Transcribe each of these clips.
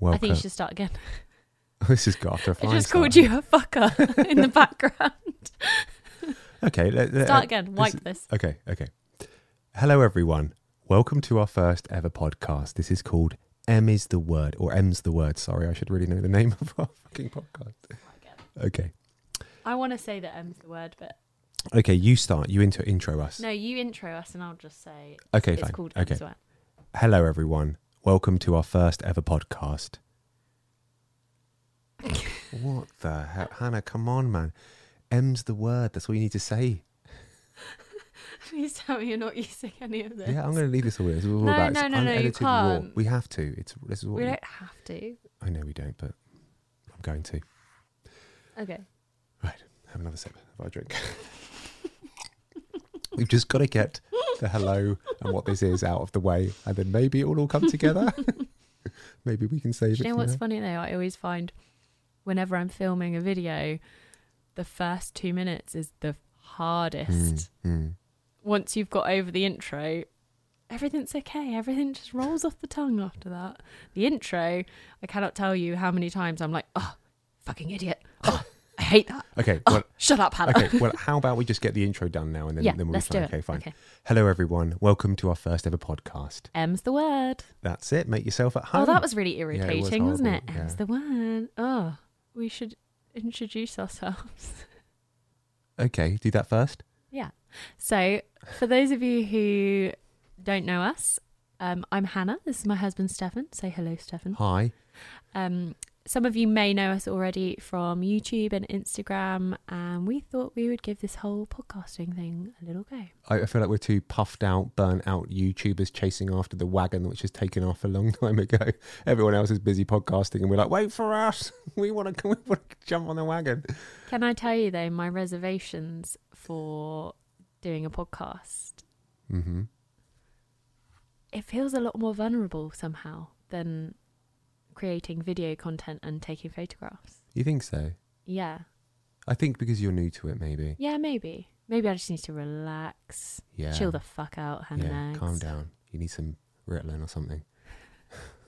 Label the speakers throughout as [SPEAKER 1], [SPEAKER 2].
[SPEAKER 1] Welcome.
[SPEAKER 2] I think you should start again.
[SPEAKER 1] this has got after a
[SPEAKER 2] I
[SPEAKER 1] flying
[SPEAKER 2] just called
[SPEAKER 1] start.
[SPEAKER 2] you a fucker in the background.
[SPEAKER 1] Okay, let, let- uh,
[SPEAKER 2] Start again. Wipe this.
[SPEAKER 1] Okay, okay. Hello, everyone. Welcome to our first ever podcast. This is called M is the word, or M's the word. Sorry, I should really know the name of our fucking podcast. Okay,
[SPEAKER 2] I want to say that M's the word, but
[SPEAKER 1] okay. You start. You intro intro us.
[SPEAKER 2] no, you intro us and I'll just say
[SPEAKER 1] Okay,
[SPEAKER 2] it's
[SPEAKER 1] fine.
[SPEAKER 2] called
[SPEAKER 1] Okay.
[SPEAKER 2] M's the word.
[SPEAKER 1] Hello, everyone. Welcome to our first ever podcast. what the hell, Hannah? Come on, man. M's the word. That's all you need to say.
[SPEAKER 2] Please tell me you're not using any of this.
[SPEAKER 1] Yeah, I'm going to leave this all. in. This is all
[SPEAKER 2] No,
[SPEAKER 1] about
[SPEAKER 2] no,
[SPEAKER 1] it's
[SPEAKER 2] no, no, you
[SPEAKER 1] unedited raw.
[SPEAKER 2] can't.
[SPEAKER 1] We have to. It's this is what
[SPEAKER 2] We
[SPEAKER 1] we-
[SPEAKER 2] don't have to.
[SPEAKER 1] I know we don't, but I'm going to.
[SPEAKER 2] Okay.
[SPEAKER 1] Right, have another sip of our drink. We've just got to get the hello and what this is out of the way, and then maybe it will all come together. maybe we can save it.
[SPEAKER 2] Do you know
[SPEAKER 1] from
[SPEAKER 2] what's
[SPEAKER 1] there.
[SPEAKER 2] funny though? I always find whenever I'm filming a video, the first two minutes is the hardest.
[SPEAKER 1] Hmm,
[SPEAKER 2] Once you've got over the intro, everything's okay. Everything just rolls off the tongue after that. The intro, I cannot tell you how many times I'm like, oh, fucking idiot. Oh, I hate that.
[SPEAKER 1] Okay,
[SPEAKER 2] Oh,
[SPEAKER 1] well-
[SPEAKER 2] shut up, Hannah.
[SPEAKER 1] Okay, well, how about we just get the intro done now, and then
[SPEAKER 2] Yeah,
[SPEAKER 1] then we'll
[SPEAKER 2] let's
[SPEAKER 1] be fine.
[SPEAKER 2] do it.
[SPEAKER 1] Okay, fine.
[SPEAKER 2] Okay.
[SPEAKER 1] Hello, everyone. Welcome to our first ever podcast.
[SPEAKER 2] M's the word.
[SPEAKER 1] That's it. Make yourself at home.
[SPEAKER 2] Oh, that was really
[SPEAKER 1] was
[SPEAKER 2] irritating, was not it?
[SPEAKER 1] horrible,
[SPEAKER 2] M's
[SPEAKER 1] yeah.
[SPEAKER 2] the word. Oh, we should introduce ourselves.
[SPEAKER 1] okay. Do that first.
[SPEAKER 2] Yeah. So, for those of you who don't know us, um, I'm Hannah. This is my husband, Stefan. Say hello, Stefan.
[SPEAKER 1] Hi.
[SPEAKER 2] Um, some of you may know us already from YouTube and Instagram, and we thought we would give this whole podcasting thing a little go.
[SPEAKER 1] I, I feel like we're two puffed out, burnt out YouTubers chasing after the wagon which has taken off a long time ago. Everyone else is busy podcasting, and we're like, "Wait for us! We want to, we want to jump on the wagon."
[SPEAKER 2] Can I tell you, though, my reservations for doing a podcast?
[SPEAKER 1] Mm-hmm.
[SPEAKER 2] It feels a lot more vulnerable somehow than creating video content and taking photographs.
[SPEAKER 1] You think so?
[SPEAKER 2] Yeah.
[SPEAKER 1] I think because you're new to it, maybe.
[SPEAKER 2] Yeah, maybe. Maybe I just need to relax.
[SPEAKER 1] Yeah.
[SPEAKER 2] Chill the fuck out, Hannah.
[SPEAKER 1] yeah.
[SPEAKER 2] Nags.
[SPEAKER 1] Calm down. You need some Ritalin or something.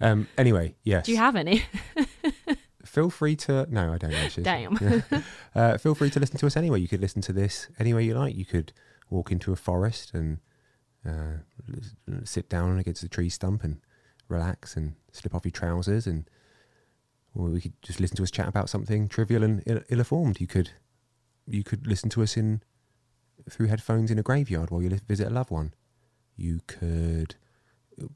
[SPEAKER 1] um. Anyway, yes.
[SPEAKER 2] Do you have any?
[SPEAKER 1] feel free to no i don't actually
[SPEAKER 2] Damn.
[SPEAKER 1] uh, feel free to listen to us anywhere you could listen to this anywhere you like you could walk into a forest and uh, l- sit down against a tree stump and relax and slip off your trousers and or we could just listen to us chat about something trivial and Ill- ill-informed you could you could listen to us in through headphones in a graveyard while you li- visit a loved one you could uh,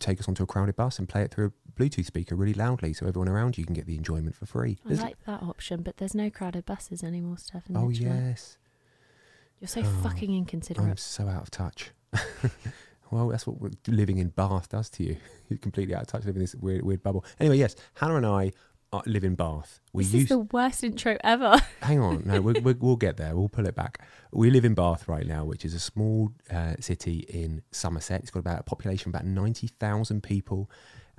[SPEAKER 1] take us onto a crowded bus and play it through a bluetooth speaker really loudly so everyone around you can get the enjoyment for free
[SPEAKER 2] I
[SPEAKER 1] There's-
[SPEAKER 2] like that option, but there's no crowded buses anymore, Stefan.
[SPEAKER 1] oh
[SPEAKER 2] literally.
[SPEAKER 1] yes
[SPEAKER 2] You're so
[SPEAKER 1] Oh,
[SPEAKER 2] fucking
[SPEAKER 1] I'm
[SPEAKER 2] inconsiderate.
[SPEAKER 1] so out of touch. well, that's what we're- living in Bath does to you. You're completely out of touch, living in this weird, weird bubble. Anyway, yes, Hannah and I are, live in Bath. We
[SPEAKER 2] this is
[SPEAKER 1] used
[SPEAKER 2] the worst intro ever.
[SPEAKER 1] hang on, no, we we we'll get there. We'll pull it back. We live in Bath right now, which is a small uh, city in Somerset. It's got about a population of about ninety thousand people.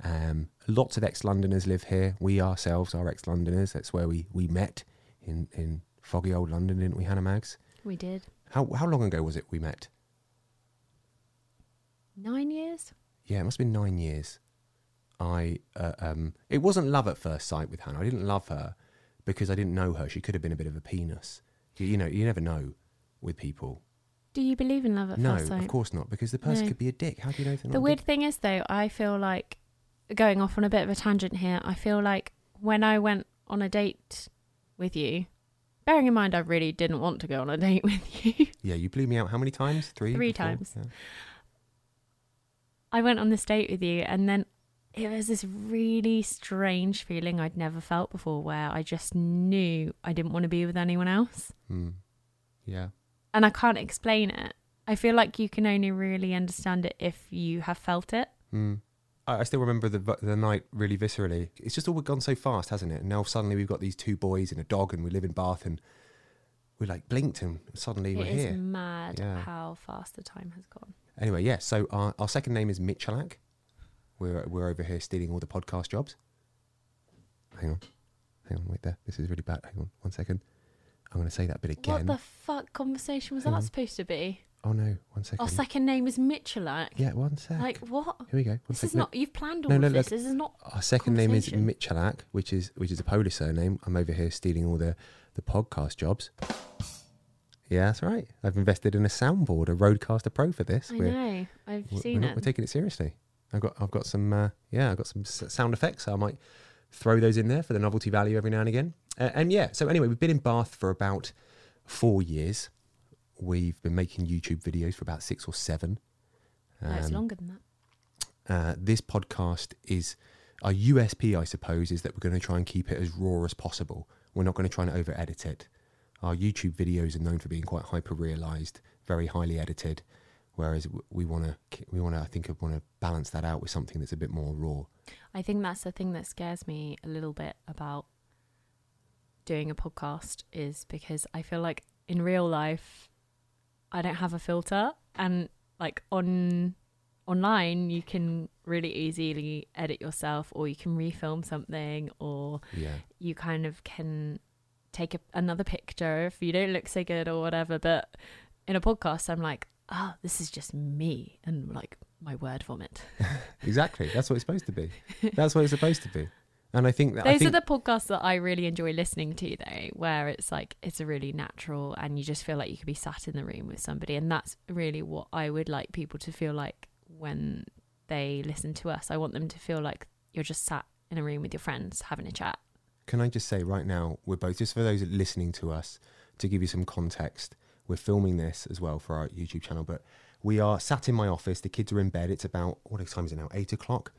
[SPEAKER 1] Um, lots of ex-Londoners live here. We ourselves are ex-Londoners. That's where we we met in in foggy old London, didn't we, Hannah Mags?
[SPEAKER 2] we did.
[SPEAKER 1] How how long ago was it we met?
[SPEAKER 2] Nine years?
[SPEAKER 1] Yeah, it must have been nine years. I uh, um, it wasn't love at first sight with Hannah. I didn't love her because I didn't know her. She could have been a bit of a penis. You, you know, you never know with people.
[SPEAKER 2] Do you believe in love at
[SPEAKER 1] no,
[SPEAKER 2] first sight?
[SPEAKER 1] of course not, because the person
[SPEAKER 2] No.
[SPEAKER 1] could be a dick. How do you know? if they're not
[SPEAKER 2] The
[SPEAKER 1] a
[SPEAKER 2] weird
[SPEAKER 1] dick?
[SPEAKER 2] thing is, though, I feel like going off on a bit of a tangent here. I feel like when I went on a date with you, Bearing in mind, I really didn't want to go on a date with you.
[SPEAKER 1] Yeah, you blew me out how many times? Three?
[SPEAKER 2] Three
[SPEAKER 1] or four?
[SPEAKER 2] times.
[SPEAKER 1] Yeah.
[SPEAKER 2] I went on this date with you, and then it was this really strange feeling I'd never felt before where I just knew I didn't want to be with anyone else.
[SPEAKER 1] Mm. Yeah.
[SPEAKER 2] And I can't explain it. I feel like you can only really understand it if you have felt it.
[SPEAKER 1] Mm. I, I still remember the v- the night really viscerally. It's just all gone so fast, hasn't it? And now suddenly we've got these two boys and a dog, and we live in Bath, and we like blinked, and suddenly we're
[SPEAKER 2] it is
[SPEAKER 1] here.
[SPEAKER 2] mad
[SPEAKER 1] Yeah.
[SPEAKER 2] how fast the time has gone.
[SPEAKER 1] Anyway, yeah. So our, our second name is Mitchellak. We're we're over here stealing all the podcast jobs. Hang on, hang on, wait there. This is really bad. Hang on, one second. I'm going to say that bit
[SPEAKER 2] What
[SPEAKER 1] again.
[SPEAKER 2] the fuck conversation was that supposed to be?
[SPEAKER 1] oh no, one second.
[SPEAKER 2] Our second name is Mitchellak.
[SPEAKER 1] yeah, one sec.
[SPEAKER 2] Like what?
[SPEAKER 1] Here we go. One
[SPEAKER 2] This
[SPEAKER 1] sec.
[SPEAKER 2] is
[SPEAKER 1] No-
[SPEAKER 2] not. You've planned all
[SPEAKER 1] No, no,
[SPEAKER 2] of this.
[SPEAKER 1] look.
[SPEAKER 2] This is not.
[SPEAKER 1] Our second name is
[SPEAKER 2] conversation.
[SPEAKER 1] Michalak, which is which is a Polish surname. I'm over here stealing all the, the podcast jobs. Yeah, that's right. I've invested in a soundboard, a Roadcaster Pro for this.
[SPEAKER 2] I know. I've
[SPEAKER 1] we're-
[SPEAKER 2] seen
[SPEAKER 1] we're, not-
[SPEAKER 2] it.
[SPEAKER 1] we're taking it seriously. I've got I've got some uh, yeah I've got some s- sound effects. I might throw those in there for the novelty value every now and again. Uh, and yeah, so anyway, we've been in Bath for about four years. We've been making YouTube videos for about six or seven.
[SPEAKER 2] no, it's
[SPEAKER 1] Um,
[SPEAKER 2] longer than that.
[SPEAKER 1] uh, this podcast is our USP, I suppose, is that we're going to try and keep it as raw as possible. We're not going to try and over edit it. Our YouTube videos are known for being quite hyper realized, very highly edited, whereas w- we want to, we want to, I think, want to balance that out with something that's a bit more raw.
[SPEAKER 2] I think that's the thing that scares me a little bit about doing a podcast is because I feel like in real life I don't have a filter and like on online you can really easily edit yourself or you can refilm something or
[SPEAKER 1] Yeah,
[SPEAKER 2] you kind of can take a, another picture if you don't look so good or whatever. But in a podcast, I'm like, oh, this is just me and like my word vomit.
[SPEAKER 1] exactly. That's what it's supposed to be. That's what it's supposed to be. And I think that I
[SPEAKER 2] Those
[SPEAKER 1] think,
[SPEAKER 2] are the podcasts that I really enjoy listening to, though, where it's like it's a really natural and you just feel like you could be sat in the room with somebody. And that's really what I would like people to feel like when they listen to us. I want them to feel like you're just sat in a room with your friends having a chat.
[SPEAKER 1] Can I just say right now, we're both, just for those listening to us, to give you some context, we're filming this as well for our YouTube channel, but we are sat in my office. The kids are in bed. It's about, what time is it now? Eight o'clock.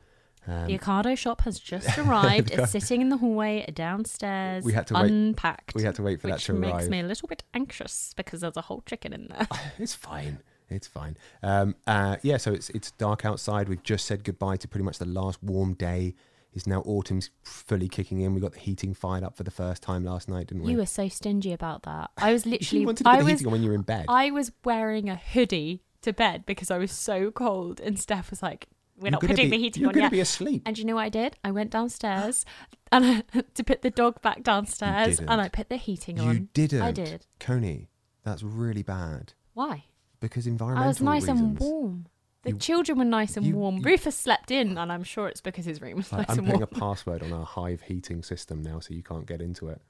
[SPEAKER 1] Um,
[SPEAKER 2] the Ocado shop has just arrived. it's sitting in the hallway downstairs.
[SPEAKER 1] We had to wait-
[SPEAKER 2] unpacked.
[SPEAKER 1] we had to wait for that
[SPEAKER 2] which
[SPEAKER 1] to
[SPEAKER 2] makes
[SPEAKER 1] arrive.
[SPEAKER 2] me a little bit anxious because there's a whole chicken in there.
[SPEAKER 1] It's fine. It's fine. Um, uh, yeah, so it's it's dark outside. We've just said goodbye to pretty much the last warm day. It's now autumn's fully kicking in. We got the heating fired up for the first time last night, didn't we?
[SPEAKER 2] you were so stingy about that. I was literally.
[SPEAKER 1] you wanted to put
[SPEAKER 2] I
[SPEAKER 1] the
[SPEAKER 2] was.
[SPEAKER 1] heating on when you were in bed.
[SPEAKER 2] I was wearing a hoodie to bed because I was so cold, and Steph was like, "We're
[SPEAKER 1] You're
[SPEAKER 2] not
[SPEAKER 1] gonna
[SPEAKER 2] putting
[SPEAKER 1] be-
[SPEAKER 2] the heating
[SPEAKER 1] you're
[SPEAKER 2] on
[SPEAKER 1] gonna
[SPEAKER 2] yet."
[SPEAKER 1] be asleep.
[SPEAKER 2] And do you know what I did? I went downstairs and I, to put the dog back downstairs,
[SPEAKER 1] didn't.
[SPEAKER 2] and I put the heating on.
[SPEAKER 1] you didn't.
[SPEAKER 2] I did.
[SPEAKER 1] Coney, that's really bad.
[SPEAKER 2] Why?
[SPEAKER 1] Because
[SPEAKER 2] I
[SPEAKER 1] environmental
[SPEAKER 2] was nice
[SPEAKER 1] reasons.
[SPEAKER 2] and warm. The
[SPEAKER 1] You-
[SPEAKER 2] children were nice and
[SPEAKER 1] you-
[SPEAKER 2] warm.
[SPEAKER 1] you-
[SPEAKER 2] Rufus slept in, and I'm sure it's because his room was
[SPEAKER 1] Like,
[SPEAKER 2] nice
[SPEAKER 1] I'm
[SPEAKER 2] and
[SPEAKER 1] putting
[SPEAKER 2] warm.
[SPEAKER 1] a password on our Hive heating system now, so you can't get into it.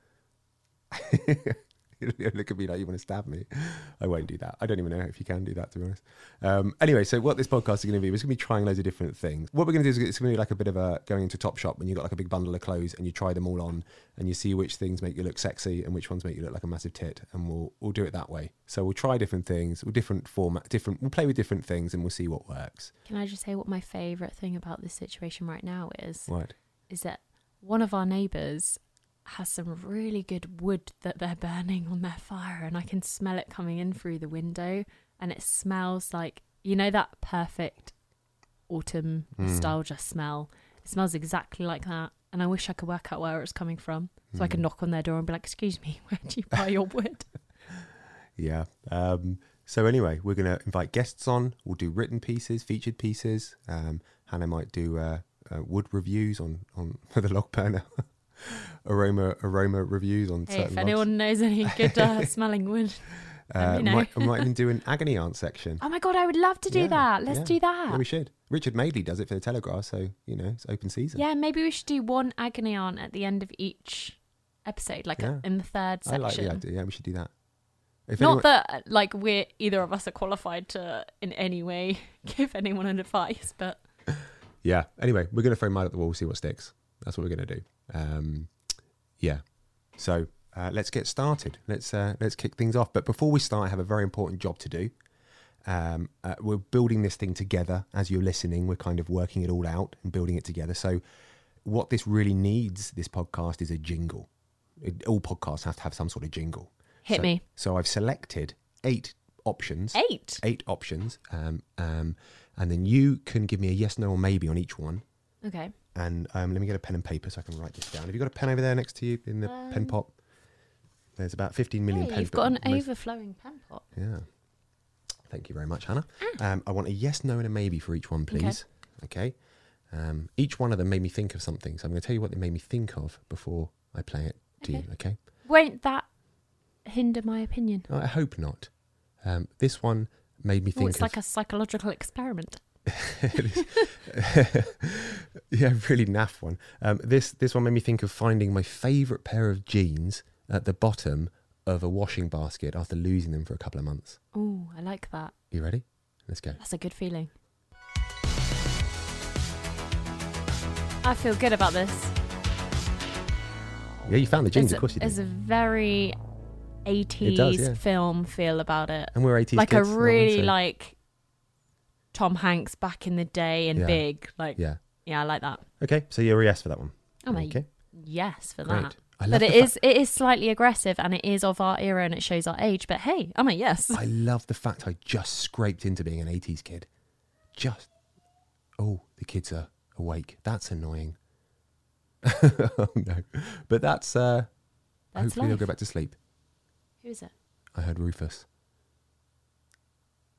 [SPEAKER 1] You Look at me like you want to stab me. I won't do that. I don't even know if you can do that, to be honest. Um, anyway, so what this podcast is going to be, we're going to be trying loads of different things. What we're going to do is it's going to be like a bit of a going into Top Shop and you've got like a big bundle of clothes and you try them all on and you see which things make you look sexy and which ones make you look like a massive tit. And we'll we'll do it that way. So we'll try different things, we'll different format, different. We'll play with different things and we'll see what works.
[SPEAKER 2] Can I just say what my favourite thing about this situation right now is?
[SPEAKER 1] Right.
[SPEAKER 2] Is that one of our neighbours has some really good wood that they're burning on their fire, and I can smell it coming in through the window, and it smells like you know that perfect autumn
[SPEAKER 1] Hmm.
[SPEAKER 2] nostalgia smell. It smells exactly like that, and I wish I could work out where it's coming from, so I could
[SPEAKER 1] Hmm.
[SPEAKER 2] knock on their door and be like, "Excuse me, where do you buy your wood?"
[SPEAKER 1] Yeah. Um, so anyway, we're going to invite guests on. We'll do written pieces, featured pieces. Um, Hannah might do uh, uh, wood reviews on on for the log burner, aroma aroma reviews on
[SPEAKER 2] Hey,
[SPEAKER 1] certain.
[SPEAKER 2] if
[SPEAKER 1] logs.
[SPEAKER 2] anyone knows any good uh, smelling wood,
[SPEAKER 1] uh,
[SPEAKER 2] let me know.
[SPEAKER 1] might, might even do an agony aunt section.
[SPEAKER 2] oh my god, I would love to do
[SPEAKER 1] Yeah,
[SPEAKER 2] that. Let's
[SPEAKER 1] yeah.
[SPEAKER 2] do that.
[SPEAKER 1] Yeah, we should. Richard Madeley does it for the Telegraph, so you know it's open season.
[SPEAKER 2] yeah, maybe we should do one agony aunt at the end of each episode, like
[SPEAKER 1] Yeah.
[SPEAKER 2] a, in the third
[SPEAKER 1] I
[SPEAKER 2] section.
[SPEAKER 1] like the idea. Yeah, we should do that. If
[SPEAKER 2] Not
[SPEAKER 1] anyone-
[SPEAKER 2] that uh, like we're either of us are qualified to in any way give anyone an advice, but
[SPEAKER 1] yeah. Anyway, we're going to throw mud at the wall, see what sticks. That's what we're going to do. Um, yeah. So uh, let's get started. Let's uh, let's kick things off. But before we start, I have a very important job to do. Um, uh, we're building this thing together. As you're listening, we're kind of working it all out and building it together. So, what this really needs, this podcast, is a jingle. It- all podcasts have to have some sort of jingle.
[SPEAKER 2] Hit
[SPEAKER 1] So-
[SPEAKER 2] me.
[SPEAKER 1] So I've selected eight options.
[SPEAKER 2] Eight.
[SPEAKER 1] Eight options. Um, um, and then you can give me a yes, no, or maybe on each one.
[SPEAKER 2] Okay.
[SPEAKER 1] And um, let me get a pen and paper so I can write this down. Have you got a pen over there next to you in the pen pot? There's about 15 million
[SPEAKER 2] Hey,
[SPEAKER 1] pens.
[SPEAKER 2] Um, you've got an
[SPEAKER 1] but most-
[SPEAKER 2] overflowing pen pot.
[SPEAKER 1] Yeah. Thank you very much, Hannah.
[SPEAKER 2] Mm.
[SPEAKER 1] Um, I want a yes, no, and a maybe for each one, please. Okay. Um, each one of them made me think of something. So I'm going to tell you what they made me think of before I play it to you, okay?
[SPEAKER 2] Won't that hinder my opinion?
[SPEAKER 1] I hope not. Um, this one made me think
[SPEAKER 2] Oh, it's
[SPEAKER 1] of.
[SPEAKER 2] like a psychological experiment.
[SPEAKER 1] yeah, really naff one. Um, this this one made me think of finding my favourite pair of jeans at the bottom of a washing basket after losing them for a couple of months.
[SPEAKER 2] Oh, I like that.
[SPEAKER 1] You ready? Let's go.
[SPEAKER 2] That's a good feeling. I feel good about this.
[SPEAKER 1] Yeah, you found the jeans,
[SPEAKER 2] There's
[SPEAKER 1] of course you
[SPEAKER 2] a, there's
[SPEAKER 1] did.
[SPEAKER 2] a very 80s
[SPEAKER 1] yeah.
[SPEAKER 2] film feel about it.
[SPEAKER 1] And we're 80s
[SPEAKER 2] Like
[SPEAKER 1] kids,
[SPEAKER 2] a
[SPEAKER 1] aren't we?
[SPEAKER 2] really
[SPEAKER 1] So-
[SPEAKER 2] like Tom Hanks back in the day and
[SPEAKER 1] Yeah.
[SPEAKER 2] big. Like yeah.
[SPEAKER 1] Yeah.
[SPEAKER 2] I like that.
[SPEAKER 1] Okay, so you're a yes for that one.
[SPEAKER 2] I'm a
[SPEAKER 1] okay.
[SPEAKER 2] yes for
[SPEAKER 1] Great.
[SPEAKER 2] that.
[SPEAKER 1] I love
[SPEAKER 2] But it
[SPEAKER 1] the fa-
[SPEAKER 2] is it is slightly aggressive and it is of our era and it shows our age. But hey, I'm a yes.
[SPEAKER 1] I love the fact I just scraped into being an 80s kid. Just. Oh, the kids are awake. That's annoying. oh, no. But that's. Uh,
[SPEAKER 2] That's
[SPEAKER 1] hopefully they'll
[SPEAKER 2] life.
[SPEAKER 1] go back to sleep.
[SPEAKER 2] Who is it?
[SPEAKER 1] I heard Rufus.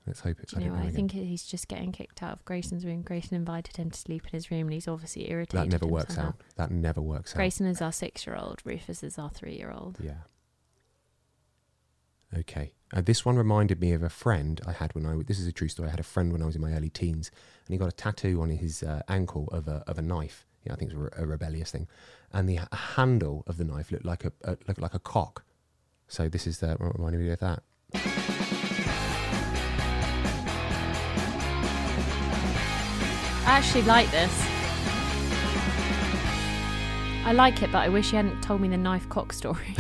[SPEAKER 1] Let's hope it's.
[SPEAKER 2] Do you know
[SPEAKER 1] don't
[SPEAKER 2] what? I
[SPEAKER 1] again.
[SPEAKER 2] think he's just getting kicked out of Grayson's room. Grayson invited him to sleep in his room and he's obviously irritated.
[SPEAKER 1] that never works
[SPEAKER 2] himself
[SPEAKER 1] out. That never works
[SPEAKER 2] Grayson is our six year old, Rufus is our three year old.
[SPEAKER 1] out. Yeah. Okay. Uh, this one reminded me of a friend I had when I. w- This is a true story. I had a friend when I was in my early teens, and he got a tattoo on his uh, ankle of a of a knife. Yeah, I think it was a, re- a rebellious thing, and the h- handle of the knife looked like a, a looked like a cock. So this is uh, reminding me of that.
[SPEAKER 2] I actually like this. I like it, but I wish you hadn't told me the knife cock story.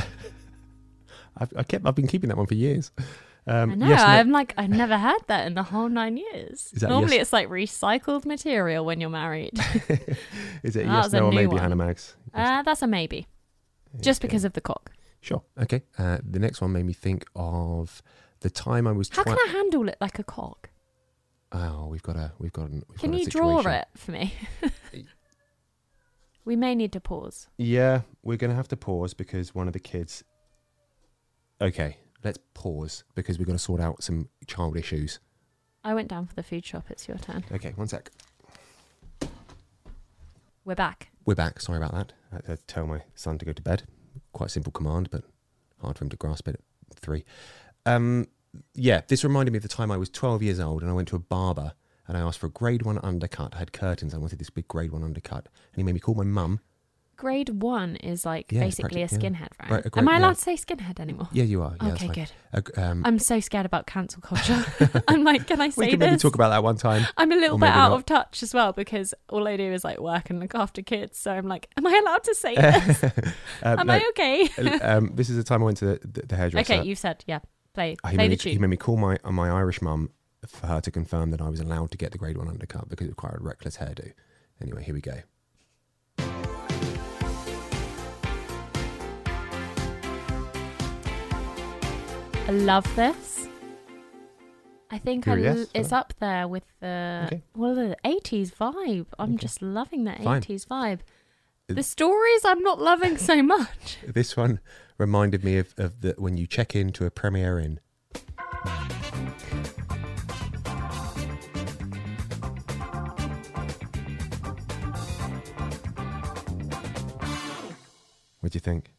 [SPEAKER 1] I've I kept I've been keeping that one for years. Um,
[SPEAKER 2] I know.
[SPEAKER 1] yes, no-
[SPEAKER 2] I'm like, I've never had that in the whole nine years.
[SPEAKER 1] Is that
[SPEAKER 2] Normally,
[SPEAKER 1] yes-
[SPEAKER 2] it's like recycled material when you're married.
[SPEAKER 1] is it a
[SPEAKER 2] That
[SPEAKER 1] yes,
[SPEAKER 2] was a
[SPEAKER 1] no, or
[SPEAKER 2] new
[SPEAKER 1] maybe
[SPEAKER 2] one.
[SPEAKER 1] Hannah Mags?
[SPEAKER 2] uh, that's a maybe, just because of the cock.
[SPEAKER 1] Sure. Okay. Uh, the next one made me think of the time I was.
[SPEAKER 2] How
[SPEAKER 1] try-
[SPEAKER 2] can I handle it like a cock?
[SPEAKER 1] Oh, we've got a. We've got an. We've
[SPEAKER 2] Can
[SPEAKER 1] got a
[SPEAKER 2] you draw
[SPEAKER 1] situation.
[SPEAKER 2] it for me? we may need to pause.
[SPEAKER 1] Yeah, we're gonna have to pause because one of the kids. Okay, let's pause because we've got to sort out some child issues.
[SPEAKER 2] I went down for the food shop. It's your turn.
[SPEAKER 1] Okay, one sec.
[SPEAKER 2] We're back.
[SPEAKER 1] We're back. Sorry about that. I had to tell my son to go to bed. Quite simple command, but hard for him to grasp it at three. Um, yeah, this reminded me of the time I was 12 years old and I went to a barber and I asked for a grade one undercut. I had curtains. I wanted this big grade one undercut. And he made me call my mum.
[SPEAKER 2] Grade one is like
[SPEAKER 1] Yeah, it's
[SPEAKER 2] basically a
[SPEAKER 1] practic- yeah.
[SPEAKER 2] skinhead, right?
[SPEAKER 1] Right, a
[SPEAKER 2] Am
[SPEAKER 1] grade-
[SPEAKER 2] I allowed
[SPEAKER 1] yeah.
[SPEAKER 2] to say skinhead anymore?
[SPEAKER 1] Yeah, you are. Yeah, that's
[SPEAKER 2] Okay,
[SPEAKER 1] fine. A- um,
[SPEAKER 2] I'm so scared about cancel culture. I'm like, can I
[SPEAKER 1] we
[SPEAKER 2] say
[SPEAKER 1] can
[SPEAKER 2] this?
[SPEAKER 1] maybe talk about that one time.
[SPEAKER 2] I'm a little
[SPEAKER 1] or
[SPEAKER 2] bit
[SPEAKER 1] maybe
[SPEAKER 2] out
[SPEAKER 1] not.
[SPEAKER 2] of touch as well because all I do is like work and look after kids. So I'm like, am I allowed to say this?
[SPEAKER 1] Um,
[SPEAKER 2] Am
[SPEAKER 1] no,
[SPEAKER 2] I okay?
[SPEAKER 1] um, this is the time I went to the, the, the hairdresser.
[SPEAKER 2] okay, you've said yeah. Play,
[SPEAKER 1] Uh,
[SPEAKER 2] play
[SPEAKER 1] he, made
[SPEAKER 2] the
[SPEAKER 1] me, he
[SPEAKER 2] tune.
[SPEAKER 1] made me call my uh, my Irish mum for her to confirm that I was allowed to get the grade one undercut because it required a reckless hairdo. Anyway, here we go.
[SPEAKER 2] I love this. I think I
[SPEAKER 1] You're a
[SPEAKER 2] l-
[SPEAKER 1] yes,
[SPEAKER 2] it's
[SPEAKER 1] huh?
[SPEAKER 2] up there with the
[SPEAKER 1] Okay.
[SPEAKER 2] well the 80s vibe. I'm just loving that
[SPEAKER 1] Fine.
[SPEAKER 2] 80s vibe.
[SPEAKER 1] Uh,
[SPEAKER 2] The stories I'm not loving so much.
[SPEAKER 1] This one reminded me of, of the, when you check into a Premier Inn. What do you think?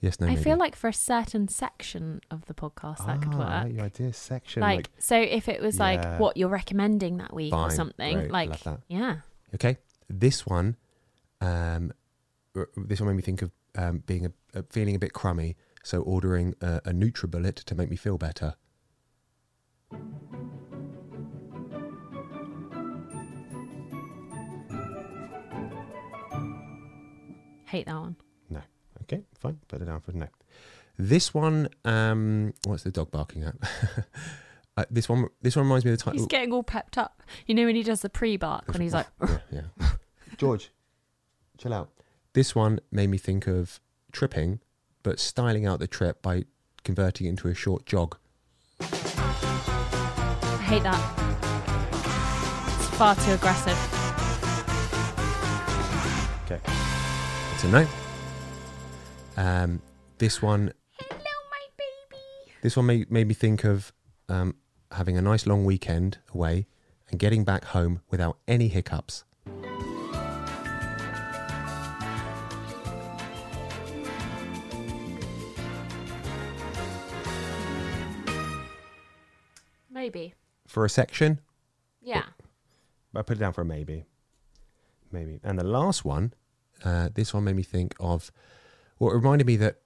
[SPEAKER 1] Yes, no.
[SPEAKER 2] I
[SPEAKER 1] maybe.
[SPEAKER 2] feel like for a certain section of the podcast that could
[SPEAKER 1] Ah,
[SPEAKER 2] work.
[SPEAKER 1] I like your idea section.
[SPEAKER 2] like,
[SPEAKER 1] Like,
[SPEAKER 2] so if it was
[SPEAKER 1] Yeah.
[SPEAKER 2] like what you're recommending that week or
[SPEAKER 1] Fine,
[SPEAKER 2] something
[SPEAKER 1] great,
[SPEAKER 2] like
[SPEAKER 1] love that.
[SPEAKER 2] yeah
[SPEAKER 1] okay, this one, um, r- this one made me think of um, being a, a feeling a bit crummy. So ordering a, a NutriBullet to make me feel better.
[SPEAKER 2] hate that one
[SPEAKER 1] No, Okay, fine. Put it down for no. This one, um, what's the dog barking at? uh, this one, this one reminds me of the title.
[SPEAKER 2] He's getting all pepped up. You know when he does the pre-bark when he's like,
[SPEAKER 1] yeah, yeah. George, chill out. This one made me think of tripping, but styling out the trip by converting it into a short jog.
[SPEAKER 2] I hate that. It's far too aggressive.
[SPEAKER 1] Okay. It's a no. Um, this one. This one made, made me think of um, having a nice long weekend away and getting back home without any hiccups.
[SPEAKER 2] Maybe.
[SPEAKER 1] For a section,
[SPEAKER 2] Yeah.
[SPEAKER 1] I put it down for a maybe. Maybe. And the last one, uh, this one made me think of, well, it reminded me that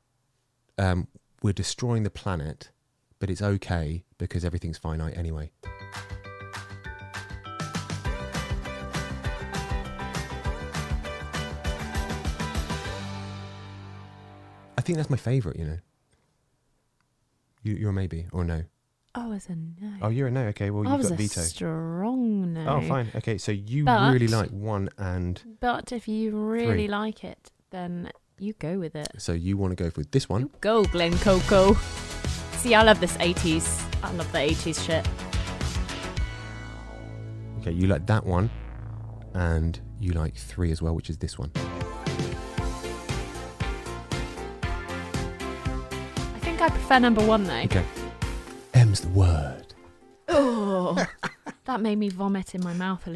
[SPEAKER 1] um, we're destroying the planet, but it's okay because everything's finite anyway. I think that's my favourite, you know. You, you're a maybe or no?
[SPEAKER 2] Oh, it's a no.
[SPEAKER 1] Oh, you're a no. Okay, well,
[SPEAKER 2] I
[SPEAKER 1] you've
[SPEAKER 2] was
[SPEAKER 1] got
[SPEAKER 2] a
[SPEAKER 1] veto.
[SPEAKER 2] strong no.
[SPEAKER 1] Oh, fine. Okay, so you
[SPEAKER 2] But-
[SPEAKER 1] really like one and
[SPEAKER 2] But if you really
[SPEAKER 1] Three.
[SPEAKER 2] like it, then you go with it.
[SPEAKER 1] So you want to go for this one?
[SPEAKER 2] You go, Glen Coco. See, I love this 80s. I love the 80s shit.
[SPEAKER 1] Okay, you like that one, and you like three as well, which is this one.
[SPEAKER 2] I think I prefer number one though.
[SPEAKER 1] Okay. M's the word.
[SPEAKER 2] Oh, that made me vomit in my mouth a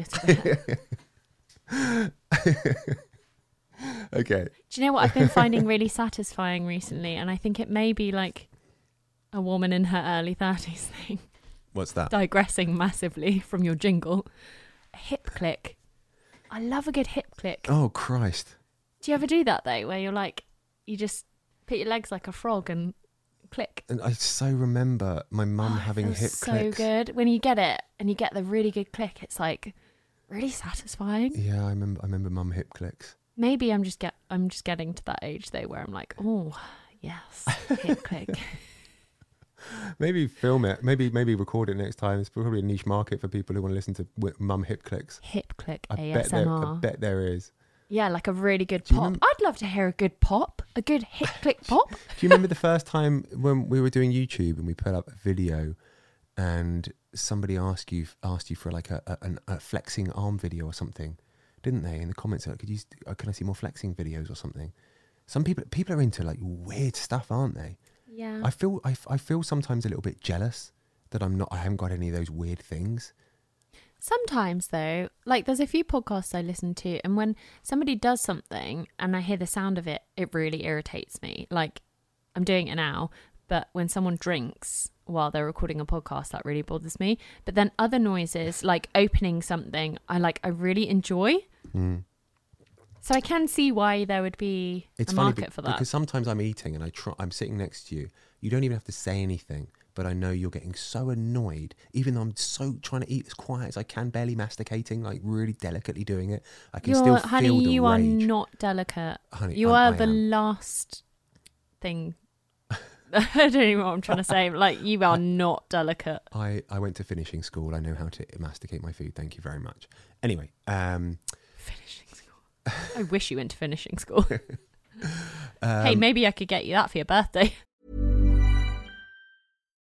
[SPEAKER 2] little bit.
[SPEAKER 1] Okay.
[SPEAKER 2] Do you know what I've been finding really satisfying recently? And I think it may be like a woman in her early 30s thing,
[SPEAKER 1] What's that?
[SPEAKER 2] digressing massively from your jingle. A hip click. I love a good hip click.
[SPEAKER 1] Oh Christ.
[SPEAKER 2] Do you ever do that though, where you're like, you just put your legs like a frog and click?
[SPEAKER 1] And I so remember my mum
[SPEAKER 2] Oh, it
[SPEAKER 1] having
[SPEAKER 2] feels
[SPEAKER 1] hip
[SPEAKER 2] so
[SPEAKER 1] clicks.
[SPEAKER 2] good when you get it and you get the really good click. It's like really satisfying.
[SPEAKER 1] Yeah, I remember. I remember mum hip clicks.
[SPEAKER 2] Maybe I'm just get I'm just getting to that age though where I'm like, oh yes, hip click.
[SPEAKER 1] Maybe film it. Maybe maybe record it next time. It's probably a niche market for people who want to listen to wi- mum hip clicks.
[SPEAKER 2] hip click
[SPEAKER 1] I bet there. I
[SPEAKER 2] ASMR.
[SPEAKER 1] bet there is.
[SPEAKER 2] Yeah, like a really good
[SPEAKER 1] Do you
[SPEAKER 2] pop.
[SPEAKER 1] remem-
[SPEAKER 2] I'd love to hear a good pop, a good hip click pop.
[SPEAKER 1] Do you remember the first time when we were doing YouTube and we put up a video and somebody asked you asked you for like a, a, an- a flexing arm video or something, didn't they? In the comments, like, could you s- uh, can I see more flexing videos or something? Some people people are into like weird stuff, aren't they?
[SPEAKER 2] Yeah.
[SPEAKER 1] I feel I, f- I feel sometimes a little bit jealous that I'm not I haven't got any of those weird things.
[SPEAKER 2] Sometimes though, like there's a few podcasts I listen to and when somebody does something and I hear the sound of it, it really irritates me. Like I'm doing it now, but when someone drinks while they're recording a podcast, that really bothers me. But then other noises, like opening something, I like I really enjoy.
[SPEAKER 1] Mm.
[SPEAKER 2] So I can see why there would be a
[SPEAKER 1] funny
[SPEAKER 2] market
[SPEAKER 1] be-
[SPEAKER 2] for that.
[SPEAKER 1] because sometimes I'm eating and I try, I'm sitting next to you. You don't even have to say anything, but I know you're getting so annoyed, even though I'm so trying to eat as quiet as I can, barely masticating, like really delicately doing it. I can still
[SPEAKER 2] You're,
[SPEAKER 1] feel
[SPEAKER 2] honey,
[SPEAKER 1] the
[SPEAKER 2] you are
[SPEAKER 1] rage.
[SPEAKER 2] not delicate.
[SPEAKER 1] Honey,
[SPEAKER 2] you
[SPEAKER 1] I-
[SPEAKER 2] are
[SPEAKER 1] I
[SPEAKER 2] the
[SPEAKER 1] am.
[SPEAKER 2] last thing. I don't even know what I'm trying to say. Like you are not delicate.
[SPEAKER 1] I, I went to finishing school. I know how to masticate my food. Thank you very much. Anyway, um,
[SPEAKER 2] Finishing school. I wish you went to finishing school. hey, maybe I could get you that for your birthday.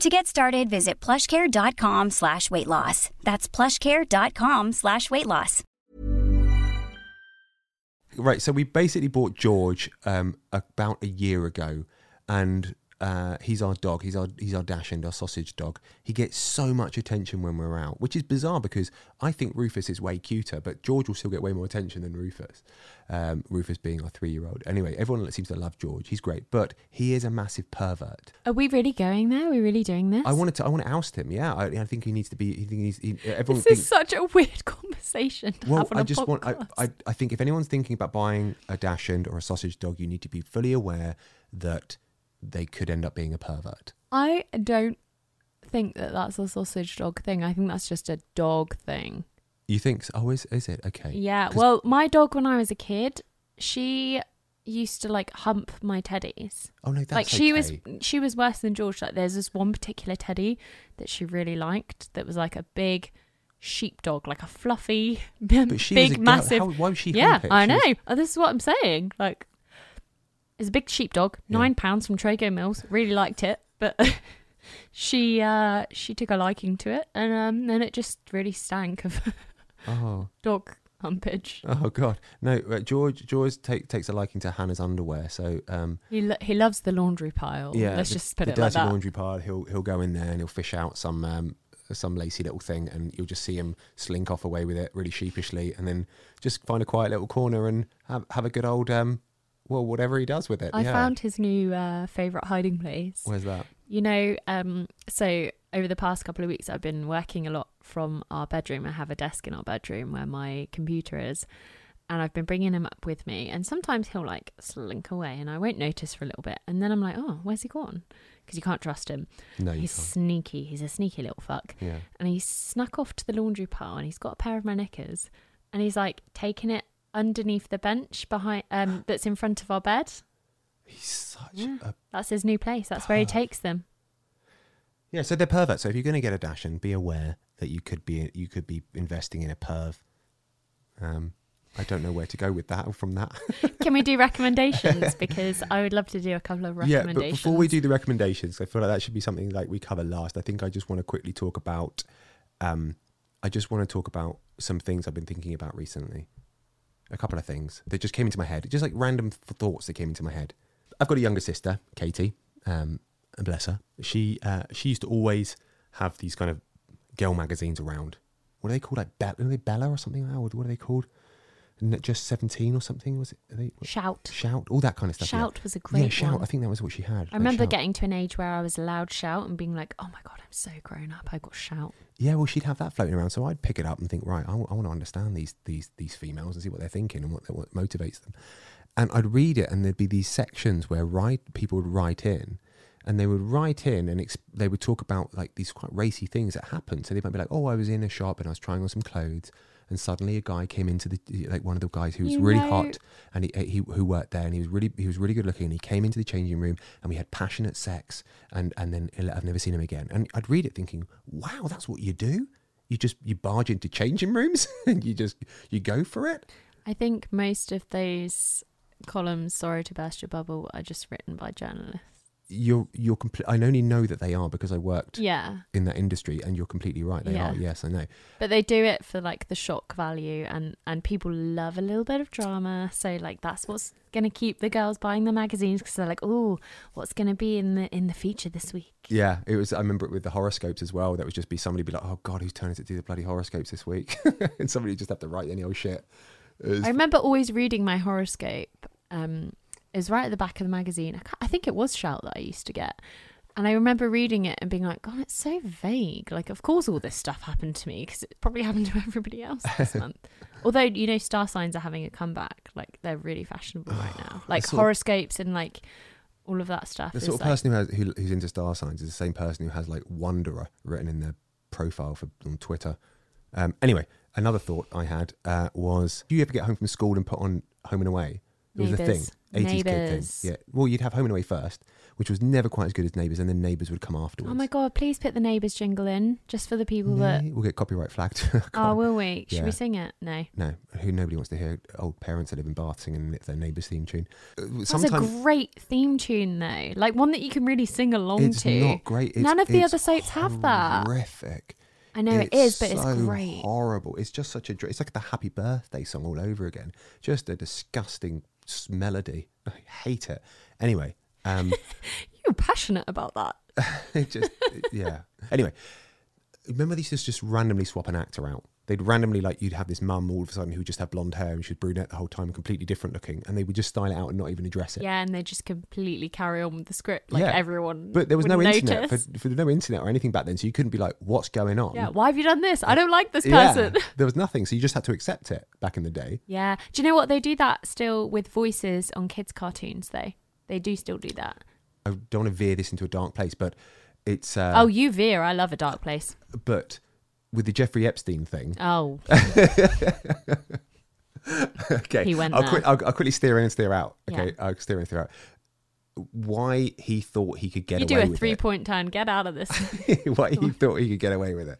[SPEAKER 3] To get started, visit plushcare.com slash weight loss. That's plushcare.com slash weight loss.
[SPEAKER 1] Right, so we basically bought George um, about a year ago, and uh, he's our dog. He's our he's our dash and our sausage dog. He gets so much attention when we're out, which is bizarre because I think Rufus is way cuter, but George will still get way more attention than Rufus. Um, Rufus being our three year old. Anyway, everyone seems to love George. He's great, but he is a massive pervert.
[SPEAKER 2] Are we really going there? Are we really doing this?
[SPEAKER 1] I wanted to I want to oust him. Yeah, I, I think he needs to be. He, thinks he, everyone
[SPEAKER 2] This
[SPEAKER 1] thinks,
[SPEAKER 2] is such a weird conversation to
[SPEAKER 1] well,
[SPEAKER 2] have on
[SPEAKER 1] I
[SPEAKER 2] a
[SPEAKER 1] just
[SPEAKER 2] podcast.
[SPEAKER 1] want. I, I, I think if anyone's thinking about buying a dachshund or a sausage dog, you need to be fully aware that they could end up being a pervert.
[SPEAKER 2] I don't think that that's a sausage dog thing. I think that's just a dog thing.
[SPEAKER 1] You think? so? Oh, is is it okay?
[SPEAKER 2] Yeah.
[SPEAKER 1] 'Cause-
[SPEAKER 2] Well, my dog when I was a kid, she used to like hump my teddies.
[SPEAKER 1] Oh no, that's
[SPEAKER 2] like she was
[SPEAKER 1] okay.
[SPEAKER 2] she was worse than George. Like there's this one particular teddy that she really liked that was like a big sheepdog, like a fluffy,
[SPEAKER 1] But she was a
[SPEAKER 2] big,
[SPEAKER 1] girl.
[SPEAKER 2] massive.
[SPEAKER 1] How- why was she
[SPEAKER 2] Yeah,
[SPEAKER 1] hump it?
[SPEAKER 2] I
[SPEAKER 1] She
[SPEAKER 2] know.
[SPEAKER 1] was-
[SPEAKER 2] Oh, this is what I'm saying. Like, it's a big sheepdog,
[SPEAKER 1] Yeah.
[SPEAKER 2] nine pounds from Trago Mills. Really liked it, but she uh she took a liking to it, and um then it just really stank of
[SPEAKER 1] Oh,
[SPEAKER 2] dog humpage.
[SPEAKER 1] oh God, no. uh, George, George take, takes a liking to Hannah's underwear. So, um,
[SPEAKER 2] He lo- he loves the laundry pile.
[SPEAKER 1] yeah,
[SPEAKER 2] let's
[SPEAKER 1] the-
[SPEAKER 2] just put
[SPEAKER 1] the
[SPEAKER 2] it
[SPEAKER 1] dirty
[SPEAKER 2] like that.
[SPEAKER 1] laundry pile. He'll he'll go in there and he'll fish out some um, some lacy little thing, and you'll just see him slink off away with it really sheepishly, and then just find a quiet little corner and have have a good old um, well, whatever he does with it.
[SPEAKER 2] I
[SPEAKER 1] yeah.
[SPEAKER 2] found his new uh, favorite hiding place.
[SPEAKER 1] Where's that?
[SPEAKER 2] You know, um, so over the past couple of weeks, I've been working a lot from our bedroom. I have a desk in our bedroom where my computer is, and I've been bringing him up with me. And sometimes he'll like slink away, and I won't notice for a little bit. And then I'm like, oh, where's he gone? Because you can't trust him.
[SPEAKER 1] No, you
[SPEAKER 2] he's
[SPEAKER 1] can't.
[SPEAKER 2] sneaky. He's a sneaky little fuck.
[SPEAKER 1] Yeah.
[SPEAKER 2] And he snuck off to the laundry pile, and he's got a pair of my knickers, and he's like taking it underneath the bench behind um that's in front of our bed.
[SPEAKER 1] He's such a
[SPEAKER 2] That's his new place. That's
[SPEAKER 1] Ah.
[SPEAKER 2] where he takes them.
[SPEAKER 1] yeah. So they're perverts. So if you're going to get a dash, and be aware that you could be you could be investing in a perv. Um, I don't know where to go with that from that.
[SPEAKER 2] Can we do recommendations? Because I would love to do a couple of
[SPEAKER 1] Yeah,
[SPEAKER 2] recommendations.
[SPEAKER 1] but before we do the recommendations, I feel like that should be something like we cover last. I think I just want to quickly talk about. Um, I just want to talk about some things I've been thinking about recently. A couple of things that just came into my head, just like random th- thoughts that came into my head. I've got a younger sister, Katie, um, and bless her. She uh, she used to always have these kind of girl magazines around. What are they called? Like Bella, are they Bella or something? Like that? What are they called? N- Just seventeen or something? Was it? Are they,
[SPEAKER 2] shout.
[SPEAKER 1] Shout, all that kind of stuff. yeah.
[SPEAKER 2] Shout was a
[SPEAKER 1] Yeah,
[SPEAKER 2] great
[SPEAKER 1] shout.
[SPEAKER 2] one.
[SPEAKER 1] I think that was what she had.
[SPEAKER 2] I remember
[SPEAKER 1] shout.
[SPEAKER 2] getting to an age where I was allowed shout and being like, "Oh my god, I'm so grown up. I got shout."
[SPEAKER 1] Yeah, well, she'd have that floating around, so I'd pick it up and think, right, I, want to understand these these these females and see what they're thinking and what what motivates them. And I'd read it, and there'd be these sections where write, people would write in, and they would write in, and exp- they would talk about like these quite racy things that happened. So they might be like, "Oh, I was in a shop and I was trying on some clothes, and suddenly a guy came into the like one of the guys who was
[SPEAKER 2] You
[SPEAKER 1] really
[SPEAKER 2] know-
[SPEAKER 1] hot, and he, he who worked there, and he was really he was really good looking, and he came into the changing room, and we had passionate sex, and and then I've never seen him again. And I'd read it thinking, "Wow, that's what you do." You just you barge into changing rooms and you just you go for it.
[SPEAKER 2] I think most of those columns, sorry to burst your bubble, are just written by journalists.
[SPEAKER 1] You're you're complete. I only know that they are because I worked
[SPEAKER 2] Yeah,
[SPEAKER 1] in that industry, and you're completely right. They
[SPEAKER 2] Yeah.
[SPEAKER 1] are. Yes, I know.
[SPEAKER 2] but they do it for like the shock value, and and people love a little bit of drama. So like that's what's gonna keep the girls buying the magazines because they're like, "Oh, what's gonna be in the in the feature this week?"
[SPEAKER 1] Yeah, it was. I remember it with the horoscopes as well. That would just be somebody be like, "Oh God, whose turn is it to do the bloody horoscopes this week?" and somebody would just have to write any old shit. It was-
[SPEAKER 2] I remember always reading my horoscope. Um, it was right at the back of the magazine. I, can't, I think it was Shout that I used to get. And I remember reading it and being like, God, it's so vague. Like, of course, all this stuff happened to me because it probably happened to everybody else this month. Although, you know, star signs are having a comeback. Like, they're really fashionable right now. Like,
[SPEAKER 1] sort of-
[SPEAKER 2] horoscopes and like all of that stuff.
[SPEAKER 1] the
[SPEAKER 2] is
[SPEAKER 1] sort of
[SPEAKER 2] like,
[SPEAKER 1] person who, has, who who's into star signs is the same person who has like wanderer written in their profile for on Twitter. Um, anyway, another thought I had uh, was: Do you ever get home from school and put on Home and Away? It was a thing.
[SPEAKER 2] Neighbours.
[SPEAKER 1] 80s kid
[SPEAKER 2] Neighbours.
[SPEAKER 1] thing. Yeah. Well, you'd have Home and Away first, which was never quite as good as Neighbours, and then Neighbours would come afterwards.
[SPEAKER 2] Oh my god! Please put the neighbours jingle in just for the people that.
[SPEAKER 1] Neigh- We'll get copyright flagged. I
[SPEAKER 2] Oh,
[SPEAKER 1] can't-
[SPEAKER 2] will we? Should
[SPEAKER 1] Yeah.
[SPEAKER 2] we sing it? No.
[SPEAKER 1] No, who nobody wants to hear old parents that live in Bath singing their neighbours' theme tune. Uh,
[SPEAKER 2] That's a great theme tune, though. Like one that you can really sing along
[SPEAKER 1] it's
[SPEAKER 2] to.
[SPEAKER 1] not great. It's-
[SPEAKER 2] None of the
[SPEAKER 1] it's
[SPEAKER 2] other soaps have that.
[SPEAKER 1] Horrific.
[SPEAKER 2] I know it's but
[SPEAKER 1] so
[SPEAKER 2] it's great.
[SPEAKER 1] Horrible. It's just such a. dr- It's like the Happy Birthday song all over again. Just a disgusting s- melody. I hate it. Anyway, um,
[SPEAKER 2] You're passionate about that.
[SPEAKER 1] Uh, it just yeah. Anyway, remember they used to just randomly swap an actor out. They'd randomly like you'd have this mum all of a sudden who just had blonde hair and she was brunette the whole time, and completely different looking, and they would just style it out and not even address it.
[SPEAKER 2] Yeah, and they just completely carry on with the script, like
[SPEAKER 1] Yeah.
[SPEAKER 2] everyone.
[SPEAKER 1] But there was
[SPEAKER 2] would
[SPEAKER 1] no
[SPEAKER 2] notice.
[SPEAKER 1] internet for, for no internet or anything back then, so you couldn't be like, "What's going on?"
[SPEAKER 2] Yeah, why have you done this? I don't like this
[SPEAKER 1] Yeah,
[SPEAKER 2] person.
[SPEAKER 1] there was nothing, so you just had to accept it back in the day.
[SPEAKER 2] Yeah. Do you know what? They do that still with voices on kids' cartoons, though. They do still do that.
[SPEAKER 1] I don't want to veer this into a dark place, but it's uh,
[SPEAKER 2] oh, you, Veer. I love a dark place.
[SPEAKER 1] but with the Jeffrey Epstein thing.
[SPEAKER 2] Oh,
[SPEAKER 1] okay,
[SPEAKER 2] He went
[SPEAKER 1] I'll,
[SPEAKER 2] there.
[SPEAKER 1] quick- I'll, I'll quickly steer in and steer out. Okay,
[SPEAKER 2] Yeah.
[SPEAKER 1] I'll steer in and steer out. Why he thought he could get
[SPEAKER 2] you do
[SPEAKER 1] away
[SPEAKER 2] a
[SPEAKER 1] with
[SPEAKER 2] three
[SPEAKER 1] it.
[SPEAKER 2] point turn. Get out of this.
[SPEAKER 1] why he thought he could get away with it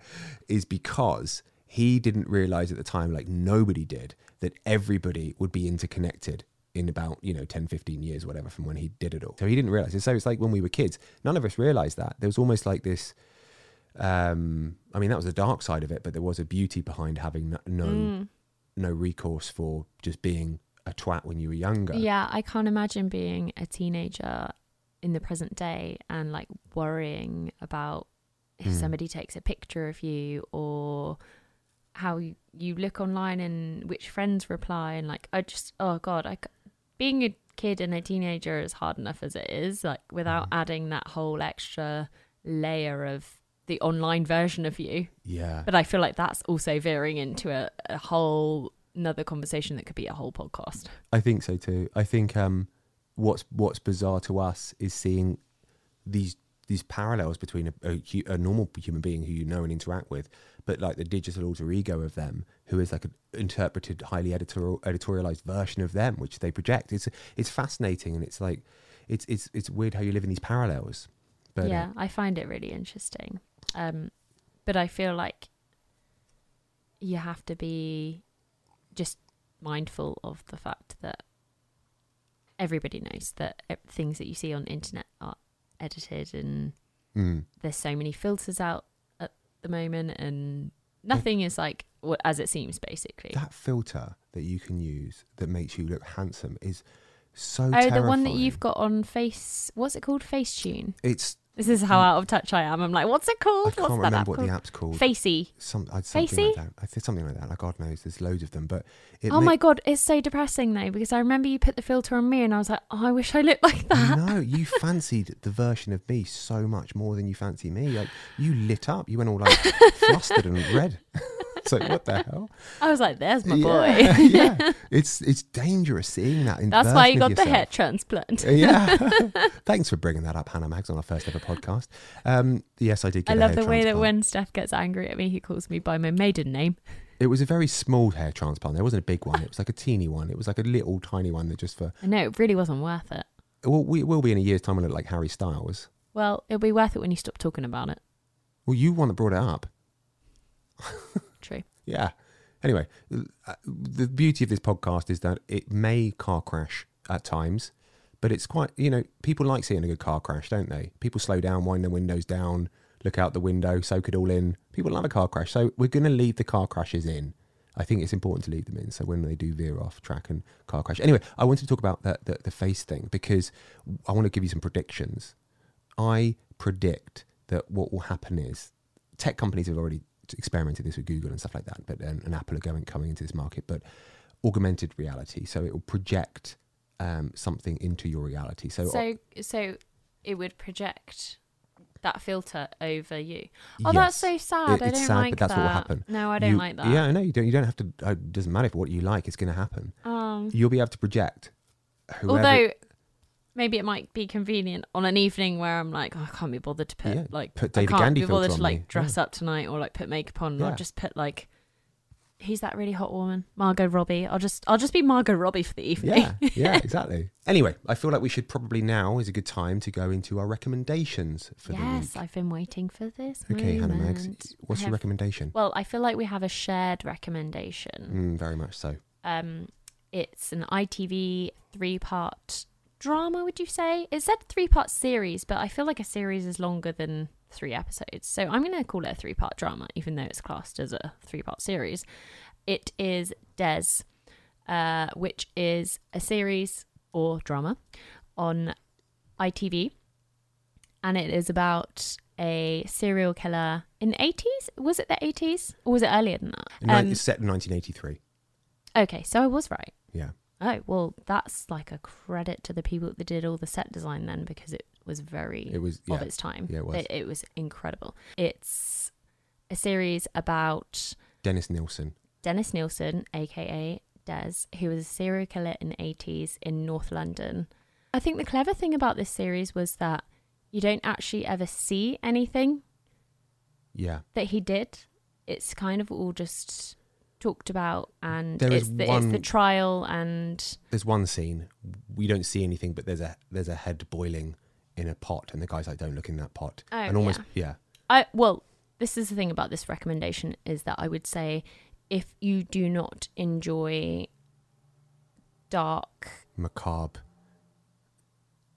[SPEAKER 1] is because he didn't realize at the time like nobody did that everybody would be interconnected in about you know 10 15 years whatever from when he did it all so he didn't realize it so it's like when we were kids none of us realized that there was almost like this um i mean that was the dark side of it but there was a beauty behind having no no, no recourse for just being a twat when you were younger
[SPEAKER 2] yeah, I can't imagine being a teenager in the present day and like worrying about if somebody takes a picture of you or how you- you look online and which friends reply and like I just oh god, I c- being a kid and a teenager is hard enough as it is like without adding that whole extra layer of the online version of you.
[SPEAKER 1] yeah
[SPEAKER 2] But I feel like that's also veering into a, a whole another conversation that could be a whole podcast.
[SPEAKER 1] I think so too. I think um, what's what's bizarre to us is seeing these these parallels between a, a, hu- a normal human being who you know and interact with, but like the digital alter ego of them, who is like an interpreted, highly editorial, editorialized version of them, which they project. It's it's fascinating, and it's like it's it's it's weird how you live in these parallels. But uh,
[SPEAKER 2] yeah, I find it really interesting. Um, but I feel like you have to be just mindful of the fact that everybody knows that e- things that you see on internet are edited and
[SPEAKER 1] mm,
[SPEAKER 2] there's so many filters out at the moment and nothing is like what as it seems basically.
[SPEAKER 1] that filter that you can use that makes you look handsome is so.
[SPEAKER 2] Oh, the one that
[SPEAKER 1] terrifying.
[SPEAKER 2] you've got on Face, what's it called? Facetune.
[SPEAKER 1] It's
[SPEAKER 2] This is how out of touch I am. I'm like, what's it
[SPEAKER 1] Hmm. I
[SPEAKER 2] called?
[SPEAKER 1] can't
[SPEAKER 2] what's
[SPEAKER 1] remember
[SPEAKER 2] that app
[SPEAKER 1] what the
[SPEAKER 2] called?
[SPEAKER 1] app's called.
[SPEAKER 2] Facey.
[SPEAKER 1] Some, I'd something
[SPEAKER 2] Facey?
[SPEAKER 1] like that. I think something like that. Like God knows, there's loads of them. But it
[SPEAKER 2] Oh
[SPEAKER 1] ma-
[SPEAKER 2] my god, it's so depressing though because I remember you put the filter on me and I was like, oh, I wish I looked like that.
[SPEAKER 1] No, you fancied the version of me so much more than you fancy me. Like you lit up. You went all like flustered and red. it's like what the hell?
[SPEAKER 2] I was like, there's my
[SPEAKER 1] yeah,
[SPEAKER 2] boy.
[SPEAKER 1] yeah. It's it's dangerous seeing that. In
[SPEAKER 2] That's why you got
[SPEAKER 1] version of
[SPEAKER 2] the hair
[SPEAKER 1] yourself. Uh,
[SPEAKER 2] transplant.
[SPEAKER 1] yeah. Thanks for bringing that up, Hannah Mags, on our first ever podcast. Um, yes, I did.
[SPEAKER 2] I
[SPEAKER 1] get a
[SPEAKER 2] love
[SPEAKER 1] hair
[SPEAKER 2] the way that
[SPEAKER 1] transplant.
[SPEAKER 2] when Steph gets angry at me, he calls me by my maiden name.
[SPEAKER 1] it was a very small hair transplant. There wasn't a big one. It was like a teeny one. It was like a little tiny one that just for
[SPEAKER 2] I know it really wasn't worth it.
[SPEAKER 1] Well, we it will be in a year's time. I look like Harry Styles.
[SPEAKER 2] Well, it'll be worth it when you stop talking about it.
[SPEAKER 1] Well, you one that brought it up.
[SPEAKER 2] True.
[SPEAKER 1] Yeah. Anyway, uh, the beauty of this podcast is that it may car crash at times, but it's quite you know people like seeing a good car crash, don't they? People slow down, wind their windows down, look out the window, soak it all in. People love a car crash, so we're going to leave the car crashes in. I think it's important to leave them in. So when they do veer off track and car crash, anyway, I wanted to talk about that the, the face thing because I want to give you some predictions. I predict that what will happen is tech companies have already experimented this with Google and stuff like that, but and, and Apple are going coming into this market. But augmented reality, so it will project um, something into your reality. So,
[SPEAKER 2] So, oh, so it would project that filter over you. Oh, that's so
[SPEAKER 1] yes,
[SPEAKER 2] sad.
[SPEAKER 1] it-
[SPEAKER 2] I
[SPEAKER 1] it's
[SPEAKER 2] don't
[SPEAKER 1] sad,
[SPEAKER 2] like
[SPEAKER 1] but that's
[SPEAKER 2] that.
[SPEAKER 1] what will happen.
[SPEAKER 2] No, I don't
[SPEAKER 1] You-
[SPEAKER 2] like that.
[SPEAKER 1] Yeah, I know you don't. You don't have to. uh, It doesn't matter if what you like. It's going to happen.
[SPEAKER 2] Um,
[SPEAKER 1] You'll be able to project. Whoever,
[SPEAKER 2] Although maybe it might be convenient on an evening where I'm like, oh, I can't be bothered to put
[SPEAKER 1] Yeah,
[SPEAKER 2] like
[SPEAKER 1] put
[SPEAKER 2] I
[SPEAKER 1] David
[SPEAKER 2] can't
[SPEAKER 1] Gandy
[SPEAKER 2] be
[SPEAKER 1] filter
[SPEAKER 2] bothered to
[SPEAKER 1] on
[SPEAKER 2] like
[SPEAKER 1] me.
[SPEAKER 2] dress
[SPEAKER 1] Yeah.
[SPEAKER 2] up tonight or like put makeup on.
[SPEAKER 1] Yeah.
[SPEAKER 2] I'll just put like who's that really hot woman? Margot Robbie. I'll just I'll just be Margot Robbie for the evening.
[SPEAKER 1] Yeah, yeah, exactly. Anyway, I feel like we should probably now is a good time to go into our recommendations for
[SPEAKER 2] yes,
[SPEAKER 1] the week.
[SPEAKER 2] I've been waiting for this.
[SPEAKER 1] Okay, Hannah Mags,
[SPEAKER 2] moment.
[SPEAKER 1] what's
[SPEAKER 2] I
[SPEAKER 1] your
[SPEAKER 2] have-
[SPEAKER 1] recommendation?
[SPEAKER 2] Well, I feel like we have a shared recommendation.
[SPEAKER 1] Mm, very much so.
[SPEAKER 2] Um, it's an ITV three part drama. Would you say it said three part series? But I feel like a series is longer than three episodes, so I'm going to call it a three part drama, even though it's classed as a three part series. It is Des, uh, which is a series or drama on ITV, and it is about a serial killer in the 80s. Was it the 80s or was it earlier than that?
[SPEAKER 1] Ni-
[SPEAKER 2] Um,
[SPEAKER 1] it's set in 1983.
[SPEAKER 2] okay, so I was right.
[SPEAKER 1] Yeah.
[SPEAKER 2] Oh, well, that's like a credit to the people that did all the set design then because it was very
[SPEAKER 1] It was-
[SPEAKER 2] of
[SPEAKER 1] yeah.
[SPEAKER 2] its time.
[SPEAKER 1] Yeah, it was.
[SPEAKER 2] It, it was incredible. It's a series about
[SPEAKER 1] Dennis Nilsson.
[SPEAKER 2] Dennis Nielsen, aka Des, who was a serial killer in the 80s in North London. I think the clever thing about this series was that you don't actually ever see anything
[SPEAKER 1] Yeah.
[SPEAKER 2] that he did. It's kind of all just talked about and
[SPEAKER 1] There is
[SPEAKER 2] it's the,
[SPEAKER 1] one-
[SPEAKER 2] it's the trial and
[SPEAKER 1] There's one scene we don't see anything, but there's a there's a head boiling in a pot, and the guy's like, "Don't look in that pot."
[SPEAKER 2] Oh,
[SPEAKER 1] and almost yeah.
[SPEAKER 2] I well, this is the thing about this recommendation is that I would say if you do not enjoy dark,
[SPEAKER 1] macabre,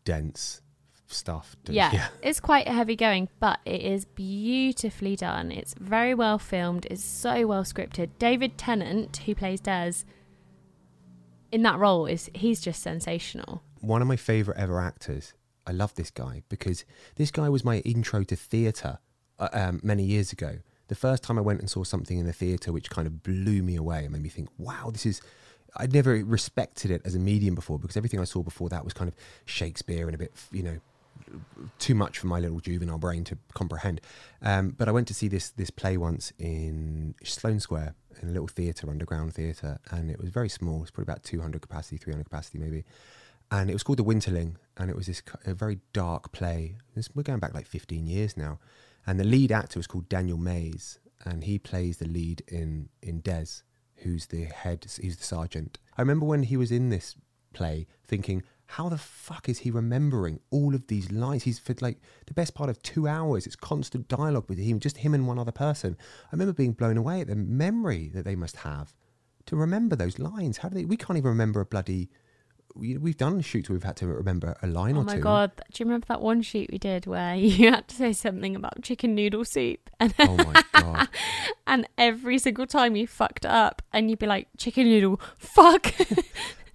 [SPEAKER 1] dense stuff. Don't-
[SPEAKER 2] yeah, it's quite heavy going, but it is beautifully done. It's very well filmed. It's so well scripted. David Tennant, who plays Des, in that role is he's just sensational.
[SPEAKER 1] one of my favorite ever actors. I love this guy because this guy was my intro to theater uh, um, many years ago. The first time I went and saw something in a theater, which kind of blew me away and made me think, "Wow, this is." I'd never respected it as a medium before because everything I saw before that was kind of Shakespeare and a bit, you know, too much for my little juvenile brain to comprehend. Um, but I went to see this this play once in Sloane Square in a little theatre, underground theatre, and it was very small. It's probably about 200 capacity, 300 capacity maybe. And it was called The Winterling, and it was this c- a very dark play. This, we're going back like 15 years now. And the lead actor was called Daniel Mays, and he plays the lead in in Des, who's the head, he's the sergeant. I remember when he was in this play thinking, how the fuck is he remembering all of these lines? He's for like the best part of two hours. It's constant dialogue with him, just him and one other person. I remember being blown away at the memory that they must have to remember those lines. How do they? We can't even remember a bloody. We, we've done shoots where we've had to remember a line
[SPEAKER 2] oh
[SPEAKER 1] or
[SPEAKER 2] my
[SPEAKER 1] two.
[SPEAKER 2] god! Do you remember that one shoot we did where you had to say something about chicken noodle soup and
[SPEAKER 1] Oh my god!
[SPEAKER 2] and every single time you fucked up and you'd be like chicken noodle fuck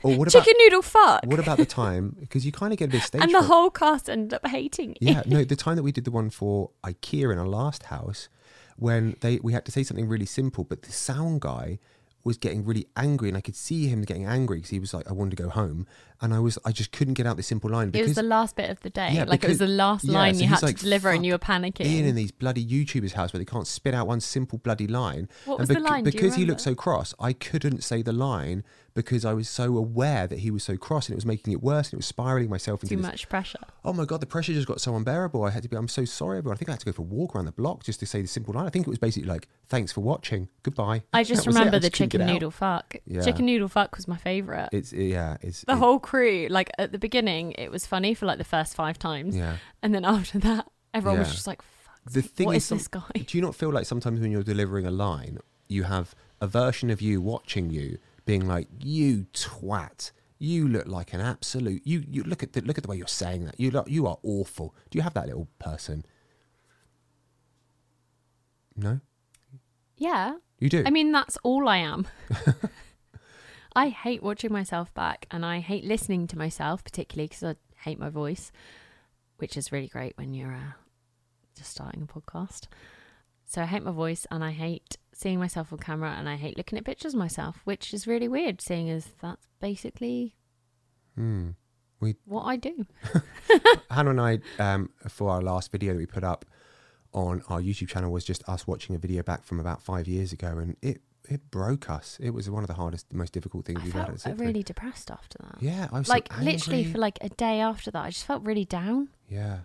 [SPEAKER 1] Or what about
[SPEAKER 2] chicken noodle fuck
[SPEAKER 1] what about the time? Because you kind of get this stage.
[SPEAKER 2] and the
[SPEAKER 1] fright.
[SPEAKER 2] whole cast ended up hating it.
[SPEAKER 1] Yeah, no, the time that we did the one for IKEA in our last house, when they we had to say something really simple, but the sound guy was getting really angry, and I could see him getting angry because he was like, "I wanted to go home," and I was, I just couldn't get out this simple line
[SPEAKER 2] it
[SPEAKER 1] because
[SPEAKER 2] was the last bit of the day
[SPEAKER 1] Yeah,
[SPEAKER 2] like it was the
[SPEAKER 1] because-
[SPEAKER 2] last
[SPEAKER 1] yeah,
[SPEAKER 2] line
[SPEAKER 1] so
[SPEAKER 2] you
[SPEAKER 1] he's
[SPEAKER 2] had
[SPEAKER 1] like,
[SPEAKER 2] to deliver and you were
[SPEAKER 1] "Fuck, being in
[SPEAKER 2] panicking
[SPEAKER 1] these bloody YouTubers' house where they can't spit out one simple bloody line.
[SPEAKER 2] What
[SPEAKER 1] and
[SPEAKER 2] was the line? Do you
[SPEAKER 1] Because he looked so
[SPEAKER 2] remember?
[SPEAKER 1] cross, I couldn't say the line because I was so aware that he was so cross, and it was making it worse, and it was spiraling myself into
[SPEAKER 2] too
[SPEAKER 1] this
[SPEAKER 2] much pressure
[SPEAKER 1] oh my god, the pressure just got so unbearable. I had to be, I'm so sorry, everyone. I think I had to go for a walk around the block just to say the simple line. I think it was basically like, thanks for watching, goodbye.
[SPEAKER 2] i just
[SPEAKER 1] That was it.
[SPEAKER 2] remember
[SPEAKER 1] I
[SPEAKER 2] the
[SPEAKER 1] just couldn't
[SPEAKER 2] chicken
[SPEAKER 1] get out.
[SPEAKER 2] noodle fuck
[SPEAKER 1] Yeah.
[SPEAKER 2] chicken noodle fuck was my favorite
[SPEAKER 1] It's yeah, it's
[SPEAKER 2] the
[SPEAKER 1] it-
[SPEAKER 2] whole crew like at the beginning it was funny for like the first five times
[SPEAKER 1] Yeah.
[SPEAKER 2] and then after that everyone was
[SPEAKER 1] Yeah.
[SPEAKER 2] just like fuck
[SPEAKER 1] The thing
[SPEAKER 2] what
[SPEAKER 1] is,
[SPEAKER 2] is
[SPEAKER 1] some-
[SPEAKER 2] this guy
[SPEAKER 1] do you not feel like sometimes when you're delivering a line, you have a version of you watching you being like, you twat. You look like an absolute. You you look at the look at the way you're saying that. You look, you are awful. Do you have that little person? No,
[SPEAKER 2] yeah
[SPEAKER 1] you do.
[SPEAKER 2] I mean, that's all I am. I hate watching myself back and I hate listening to myself, particularly because I hate my voice, which is really great when you're uh, just starting a podcast. So I hate my voice and I hate seeing myself on camera and I hate looking at pictures of myself, which is really weird, seeing as that's basically
[SPEAKER 1] Hmm. We
[SPEAKER 2] what I do.
[SPEAKER 1] Hannah and I, um, for our last video that we put up on our YouTube channel, was just us watching a video back from about five years ago, and it it broke us. It was one of the hardest, most difficult things
[SPEAKER 2] I
[SPEAKER 1] we've had.
[SPEAKER 2] felt uh,
[SPEAKER 1] to sit through.
[SPEAKER 2] really depressed after that.
[SPEAKER 1] Yeah, I was so
[SPEAKER 2] like literally
[SPEAKER 1] angry.
[SPEAKER 2] for like a day after that, I just felt really down.
[SPEAKER 1] yeah,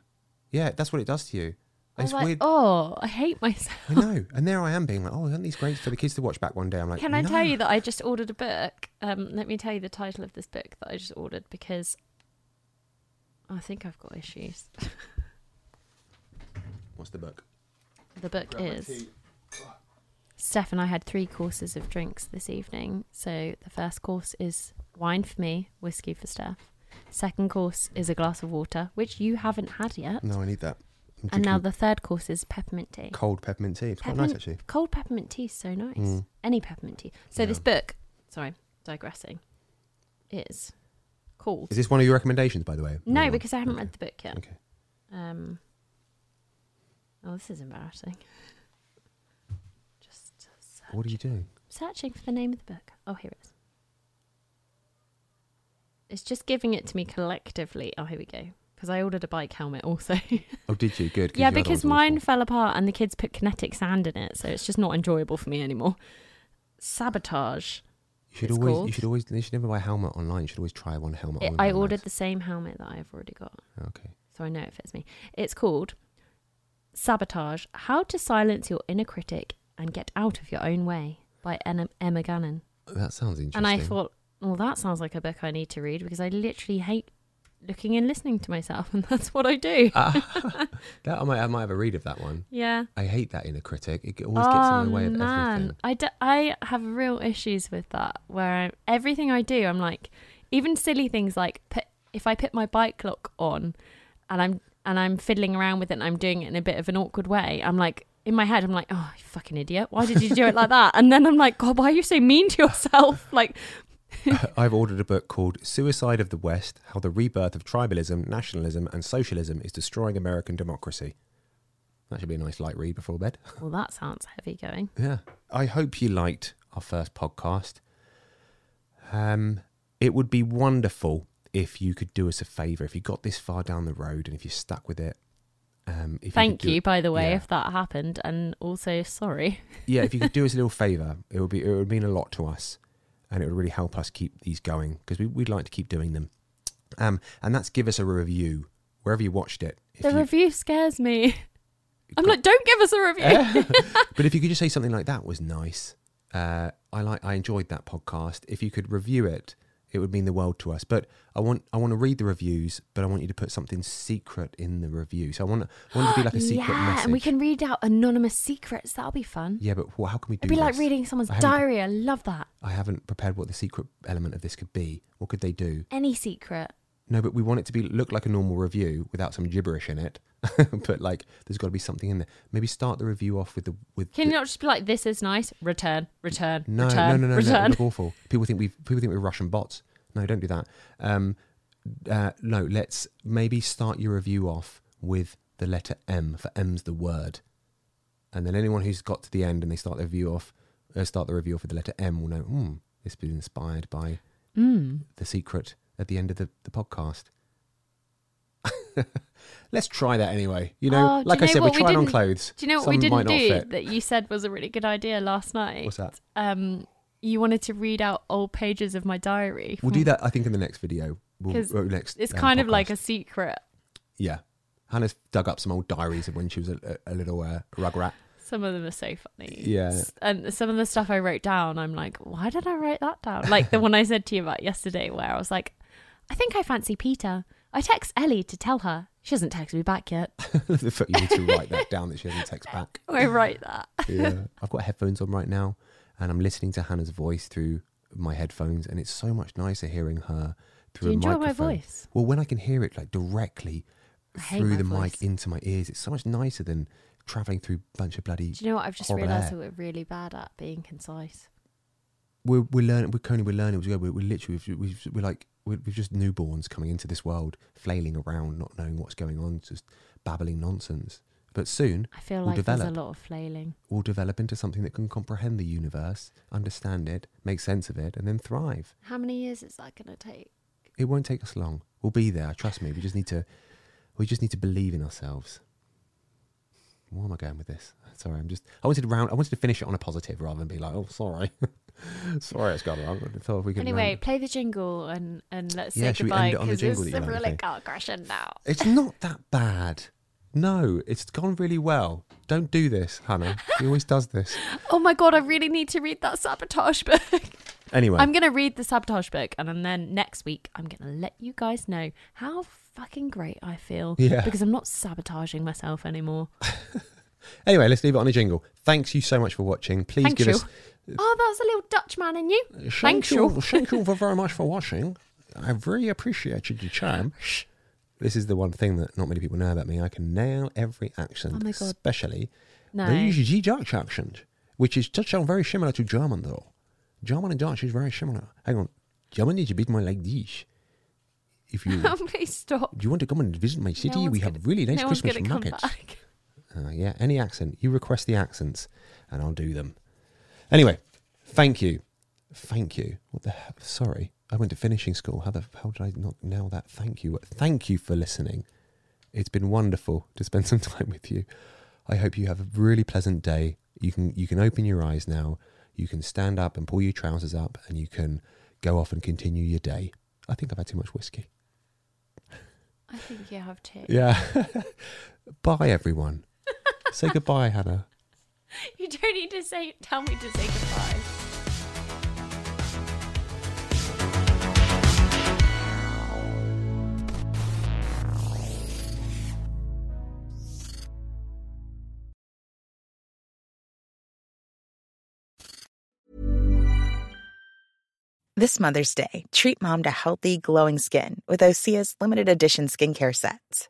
[SPEAKER 1] yeah. That's what it does to you.
[SPEAKER 2] I was
[SPEAKER 1] It's
[SPEAKER 2] like,
[SPEAKER 1] weird.
[SPEAKER 2] oh, I hate myself.
[SPEAKER 1] I know. And there I am being like, oh, aren't these great for the kids to watch back one day? I'm like,
[SPEAKER 2] Can I
[SPEAKER 1] no.
[SPEAKER 2] tell you that I just ordered a book? Um, let me tell you the title of this book that I just ordered because I think I've got issues.
[SPEAKER 1] What's the book?
[SPEAKER 2] the book is. Steph and I had three courses of drinks this evening. So the first course is wine for me, whiskey for Steph. Second course is a glass of water, which you haven't had yet.
[SPEAKER 1] No, I need that. I'm
[SPEAKER 2] and now
[SPEAKER 1] drinking
[SPEAKER 2] the third course is peppermint tea.
[SPEAKER 1] cold peppermint tea. It's quite nice
[SPEAKER 2] Peppermint-
[SPEAKER 1] actually. Mm.
[SPEAKER 2] Cold peppermint tea is so nice. Any peppermint tea. So this book, sorry, digressing, is called.
[SPEAKER 1] Is this one of your recommendations, by the way?
[SPEAKER 2] no,
[SPEAKER 1] Another one?
[SPEAKER 2] because I haven't
[SPEAKER 1] Okay.
[SPEAKER 2] read the book yet.
[SPEAKER 1] Okay.
[SPEAKER 2] Um, oh, this is embarrassing. Just
[SPEAKER 1] What are you doing?
[SPEAKER 2] searching for the name of the book. Oh, here it is. It's just giving it to me collectively. Oh, here we go. Because I ordered a bike helmet also.
[SPEAKER 1] Oh, did you? Good.
[SPEAKER 2] yeah,
[SPEAKER 1] you had
[SPEAKER 2] because
[SPEAKER 1] one
[SPEAKER 2] mine
[SPEAKER 1] awful.
[SPEAKER 2] fell apart and the kids put kinetic sand in it, so it's just not enjoyable for me anymore. Sabotage.
[SPEAKER 1] You should
[SPEAKER 2] it's
[SPEAKER 1] always.
[SPEAKER 2] called.
[SPEAKER 1] You should always. You should never buy a helmet online. You should always try one helmet.
[SPEAKER 2] It,
[SPEAKER 1] on
[SPEAKER 2] I
[SPEAKER 1] and
[SPEAKER 2] ordered the
[SPEAKER 1] that's-
[SPEAKER 2] same helmet that I've already got,
[SPEAKER 1] Okay.
[SPEAKER 2] so I know it fits me. It's called Sabotage How to Silence Your Inner Critic and Get Out of Your Own Way by Em- Emma Gannon.
[SPEAKER 1] That sounds interesting.
[SPEAKER 2] And I thought, well, that sounds like a book I need to read because I literally hate looking and listening to myself, and that's what I do.
[SPEAKER 1] Ah. that I might. I might have a read of that one.
[SPEAKER 2] yeah.
[SPEAKER 1] I hate that inner critic. It always gets
[SPEAKER 2] Oh,
[SPEAKER 1] in the way of everything.
[SPEAKER 2] I, d- I have real issues with that where I, everything I do, I'm like, even silly things like put, if I put my bike lock on and I'm and I'm fiddling around with it and I'm doing it in a bit of an awkward way, I'm like, in my head, I'm like, oh, you fucking idiot. Why did you do it like that? And then I'm like, God, why are you so mean to yourself? Like,
[SPEAKER 1] I've ordered a book called Suicide of the West How the Rebirth of Tribalism, Nationalism, and Socialism is Destroying American Democracy. That should be a nice light read before bed.
[SPEAKER 2] well, that sounds heavy going.
[SPEAKER 1] Yeah. I hope you liked our first podcast. Um, it would be wonderful if you could do us a favor. If you got this far down the road and if you're stuck with it, um, if
[SPEAKER 2] Thank
[SPEAKER 1] could do-
[SPEAKER 2] you, by the way,
[SPEAKER 1] Yeah.
[SPEAKER 2] if that happened, and also sorry.
[SPEAKER 1] yeah, if you could do us a little favor, it would be it would mean a lot to us, and it would really help us keep these going because we, we'd like to keep doing them. Um, and that's give us a review wherever you watched it. If
[SPEAKER 2] The
[SPEAKER 1] you-
[SPEAKER 2] review scares me. I'm like, don't give us a review.
[SPEAKER 1] but if you could just say something like that was nice. Uh, I like I enjoyed that podcast. If you could review it, it would mean the world to us. But I want I want to read the reviews, but I want you to put something secret in the review. So I want I want it to be like a secret
[SPEAKER 2] yeah,
[SPEAKER 1] message.
[SPEAKER 2] and we can read out anonymous secrets. That'll be fun.
[SPEAKER 1] yeah, but wh- how can we do
[SPEAKER 2] It'd be like
[SPEAKER 1] this?
[SPEAKER 2] reading someone's
[SPEAKER 1] I haven't-
[SPEAKER 2] diary. I love that.
[SPEAKER 1] I haven't prepared what the secret element of this could be. What could they do?
[SPEAKER 2] Any secret.
[SPEAKER 1] No, but we want it to be look like a normal review without some gibberish in it. but like, there's got to be something in there. Maybe start the review off with the with.
[SPEAKER 2] Can
[SPEAKER 1] the-
[SPEAKER 2] you not just be like, this is nice, return, return,
[SPEAKER 1] no,
[SPEAKER 2] return,
[SPEAKER 1] no, no, no, no,
[SPEAKER 2] return?
[SPEAKER 1] It'd look awful. People think we people think we're Russian bots. No, don't do that. Um, uh, no, let's maybe start your review off with the letter M for M's the word, and then anyone who's got to the end and they start their review off, uh, start the review off with the letter M will know. Hmm, this been inspired by
[SPEAKER 2] Hmm.
[SPEAKER 1] the secret at the end of the, the podcast. Let's try that anyway. You know,
[SPEAKER 2] Oh, do
[SPEAKER 1] like
[SPEAKER 2] you
[SPEAKER 1] I
[SPEAKER 2] know
[SPEAKER 1] said, we're
[SPEAKER 2] what we
[SPEAKER 1] trying on
[SPEAKER 2] didn't-
[SPEAKER 1] clothes.
[SPEAKER 2] Do you know what
[SPEAKER 1] Some
[SPEAKER 2] we
[SPEAKER 1] might
[SPEAKER 2] didn't
[SPEAKER 1] not
[SPEAKER 2] do
[SPEAKER 1] fit.
[SPEAKER 2] that you said was a really good idea last night?
[SPEAKER 1] What's that?
[SPEAKER 2] Um, you wanted to read out old pages of my diary.
[SPEAKER 1] We'll do that. I think in the next video. We'll,
[SPEAKER 2] because
[SPEAKER 1] or next.
[SPEAKER 2] it's
[SPEAKER 1] um,
[SPEAKER 2] kind of like
[SPEAKER 1] podcast.
[SPEAKER 2] a secret.
[SPEAKER 1] Yeah. Hannah's dug up some old diaries of when she was a, a, a little uh, rug rat.
[SPEAKER 2] Some of them are so funny.
[SPEAKER 1] Yeah.
[SPEAKER 2] S- And some of the stuff I wrote down, I'm like, why did I write that down? Like the one I said to you about yesterday, where I was like, I think I fancy Peter. I text Ellie to tell her. She hasn't texted me back yet.
[SPEAKER 1] the fact you need to write that down that she hasn't text back.
[SPEAKER 2] I write that.
[SPEAKER 1] Yeah. I've got headphones on right now and I'm listening to Hannah's voice through my headphones and it's so much nicer hearing her through
[SPEAKER 2] you
[SPEAKER 1] a
[SPEAKER 2] enjoy my
[SPEAKER 1] microphone.
[SPEAKER 2] voice?
[SPEAKER 1] Well, when I can hear it like directly
[SPEAKER 2] I hate
[SPEAKER 1] through
[SPEAKER 2] my
[SPEAKER 1] the mic
[SPEAKER 2] voice.
[SPEAKER 1] into my ears, it's so much nicer than traveling through a bunch of bloody
[SPEAKER 2] Do you know what? I've just
[SPEAKER 1] horrible
[SPEAKER 2] realised that
[SPEAKER 1] air.
[SPEAKER 2] we're really bad at being concise.
[SPEAKER 1] we're we're learning. We're Coney. We're learning. We're, we're literally we've, we've, we're like we're, we're just newborns coming into this world, flailing around, not knowing what's going on, just babbling nonsense. But soon
[SPEAKER 2] I feel
[SPEAKER 1] we'll
[SPEAKER 2] like
[SPEAKER 1] develop.
[SPEAKER 2] there's a lot of flailing.
[SPEAKER 1] We'll develop into something that can comprehend the universe, understand it, make sense of it, and then thrive.
[SPEAKER 2] How many years is that going to take?
[SPEAKER 1] It won't take us long. We'll be there. Trust me. We just need to. We just need to believe in ourselves. Where am I going with this? Sorry, I'm just. I wanted to round. I wanted to finish it on a positive rather than be like, oh, sorry, sorry, it's gone wrong. I thought if we could round-
[SPEAKER 2] Anyway, play the jingle and, and let's
[SPEAKER 1] Yeah,
[SPEAKER 2] say
[SPEAKER 1] should we
[SPEAKER 2] goodbye
[SPEAKER 1] end it on the
[SPEAKER 2] because
[SPEAKER 1] jingle
[SPEAKER 2] it's
[SPEAKER 1] that you like,
[SPEAKER 2] really
[SPEAKER 1] okay.
[SPEAKER 2] car crashing now.
[SPEAKER 1] It's not that bad. No, it's gone really well. Don't do this, Hannah. He always does this.
[SPEAKER 2] Oh my god, I really need to read that sabotage book.
[SPEAKER 1] Anyway,
[SPEAKER 2] I'm gonna read the sabotage book, and then next week I'm gonna let you guys know how fucking great I feel
[SPEAKER 1] Yeah.
[SPEAKER 2] because I'm not sabotaging myself anymore.
[SPEAKER 1] anyway, let's leave it on a jingle. Thanks you so much for watching. Please
[SPEAKER 2] Thank
[SPEAKER 1] give
[SPEAKER 2] you.
[SPEAKER 1] us. uh,
[SPEAKER 2] Oh, that was a little Dutch man in you.
[SPEAKER 1] Thank
[SPEAKER 2] Thanks,
[SPEAKER 1] you.
[SPEAKER 2] you.
[SPEAKER 1] Thank you very much for watching. I really appreciated your time. This is the one thing that not many people know about me. I can nail every accent,
[SPEAKER 2] Oh my God.
[SPEAKER 1] especially
[SPEAKER 2] No.
[SPEAKER 1] the usually Dutch accent, which is just sound very similar to German, though. German and Dutch is very similar. Hang on. German is a bit more like this. If
[SPEAKER 2] Oh
[SPEAKER 1] you do
[SPEAKER 2] Please stop.
[SPEAKER 1] you want to come and visit my city,
[SPEAKER 2] No
[SPEAKER 1] we
[SPEAKER 2] one's
[SPEAKER 1] have
[SPEAKER 2] gonna-
[SPEAKER 1] really nice
[SPEAKER 2] no one's
[SPEAKER 1] Christmas
[SPEAKER 2] gonna come
[SPEAKER 1] markets.
[SPEAKER 2] back.
[SPEAKER 1] Uh, yeah, any accent. You request the accents and I'll do them. Anyway, thank you. Thank you. What the hell? Sorry. I went to finishing school. How the how did I not nail that? Thank you. Thank you for listening. It's been wonderful to spend some time with you. I hope you have a really pleasant day. You can you can open your eyes now. You can stand up and pull your trousers up and you can go off and continue your day. I think I've had too much whiskey.
[SPEAKER 2] I think you have too.
[SPEAKER 1] Yeah. Bye everyone. Say goodbye, Hannah.
[SPEAKER 2] You don't need to say. Tell me to say goodbye.
[SPEAKER 4] This Mother's Day, treat mom to healthy, glowing skin with Osea's limited edition skincare sets.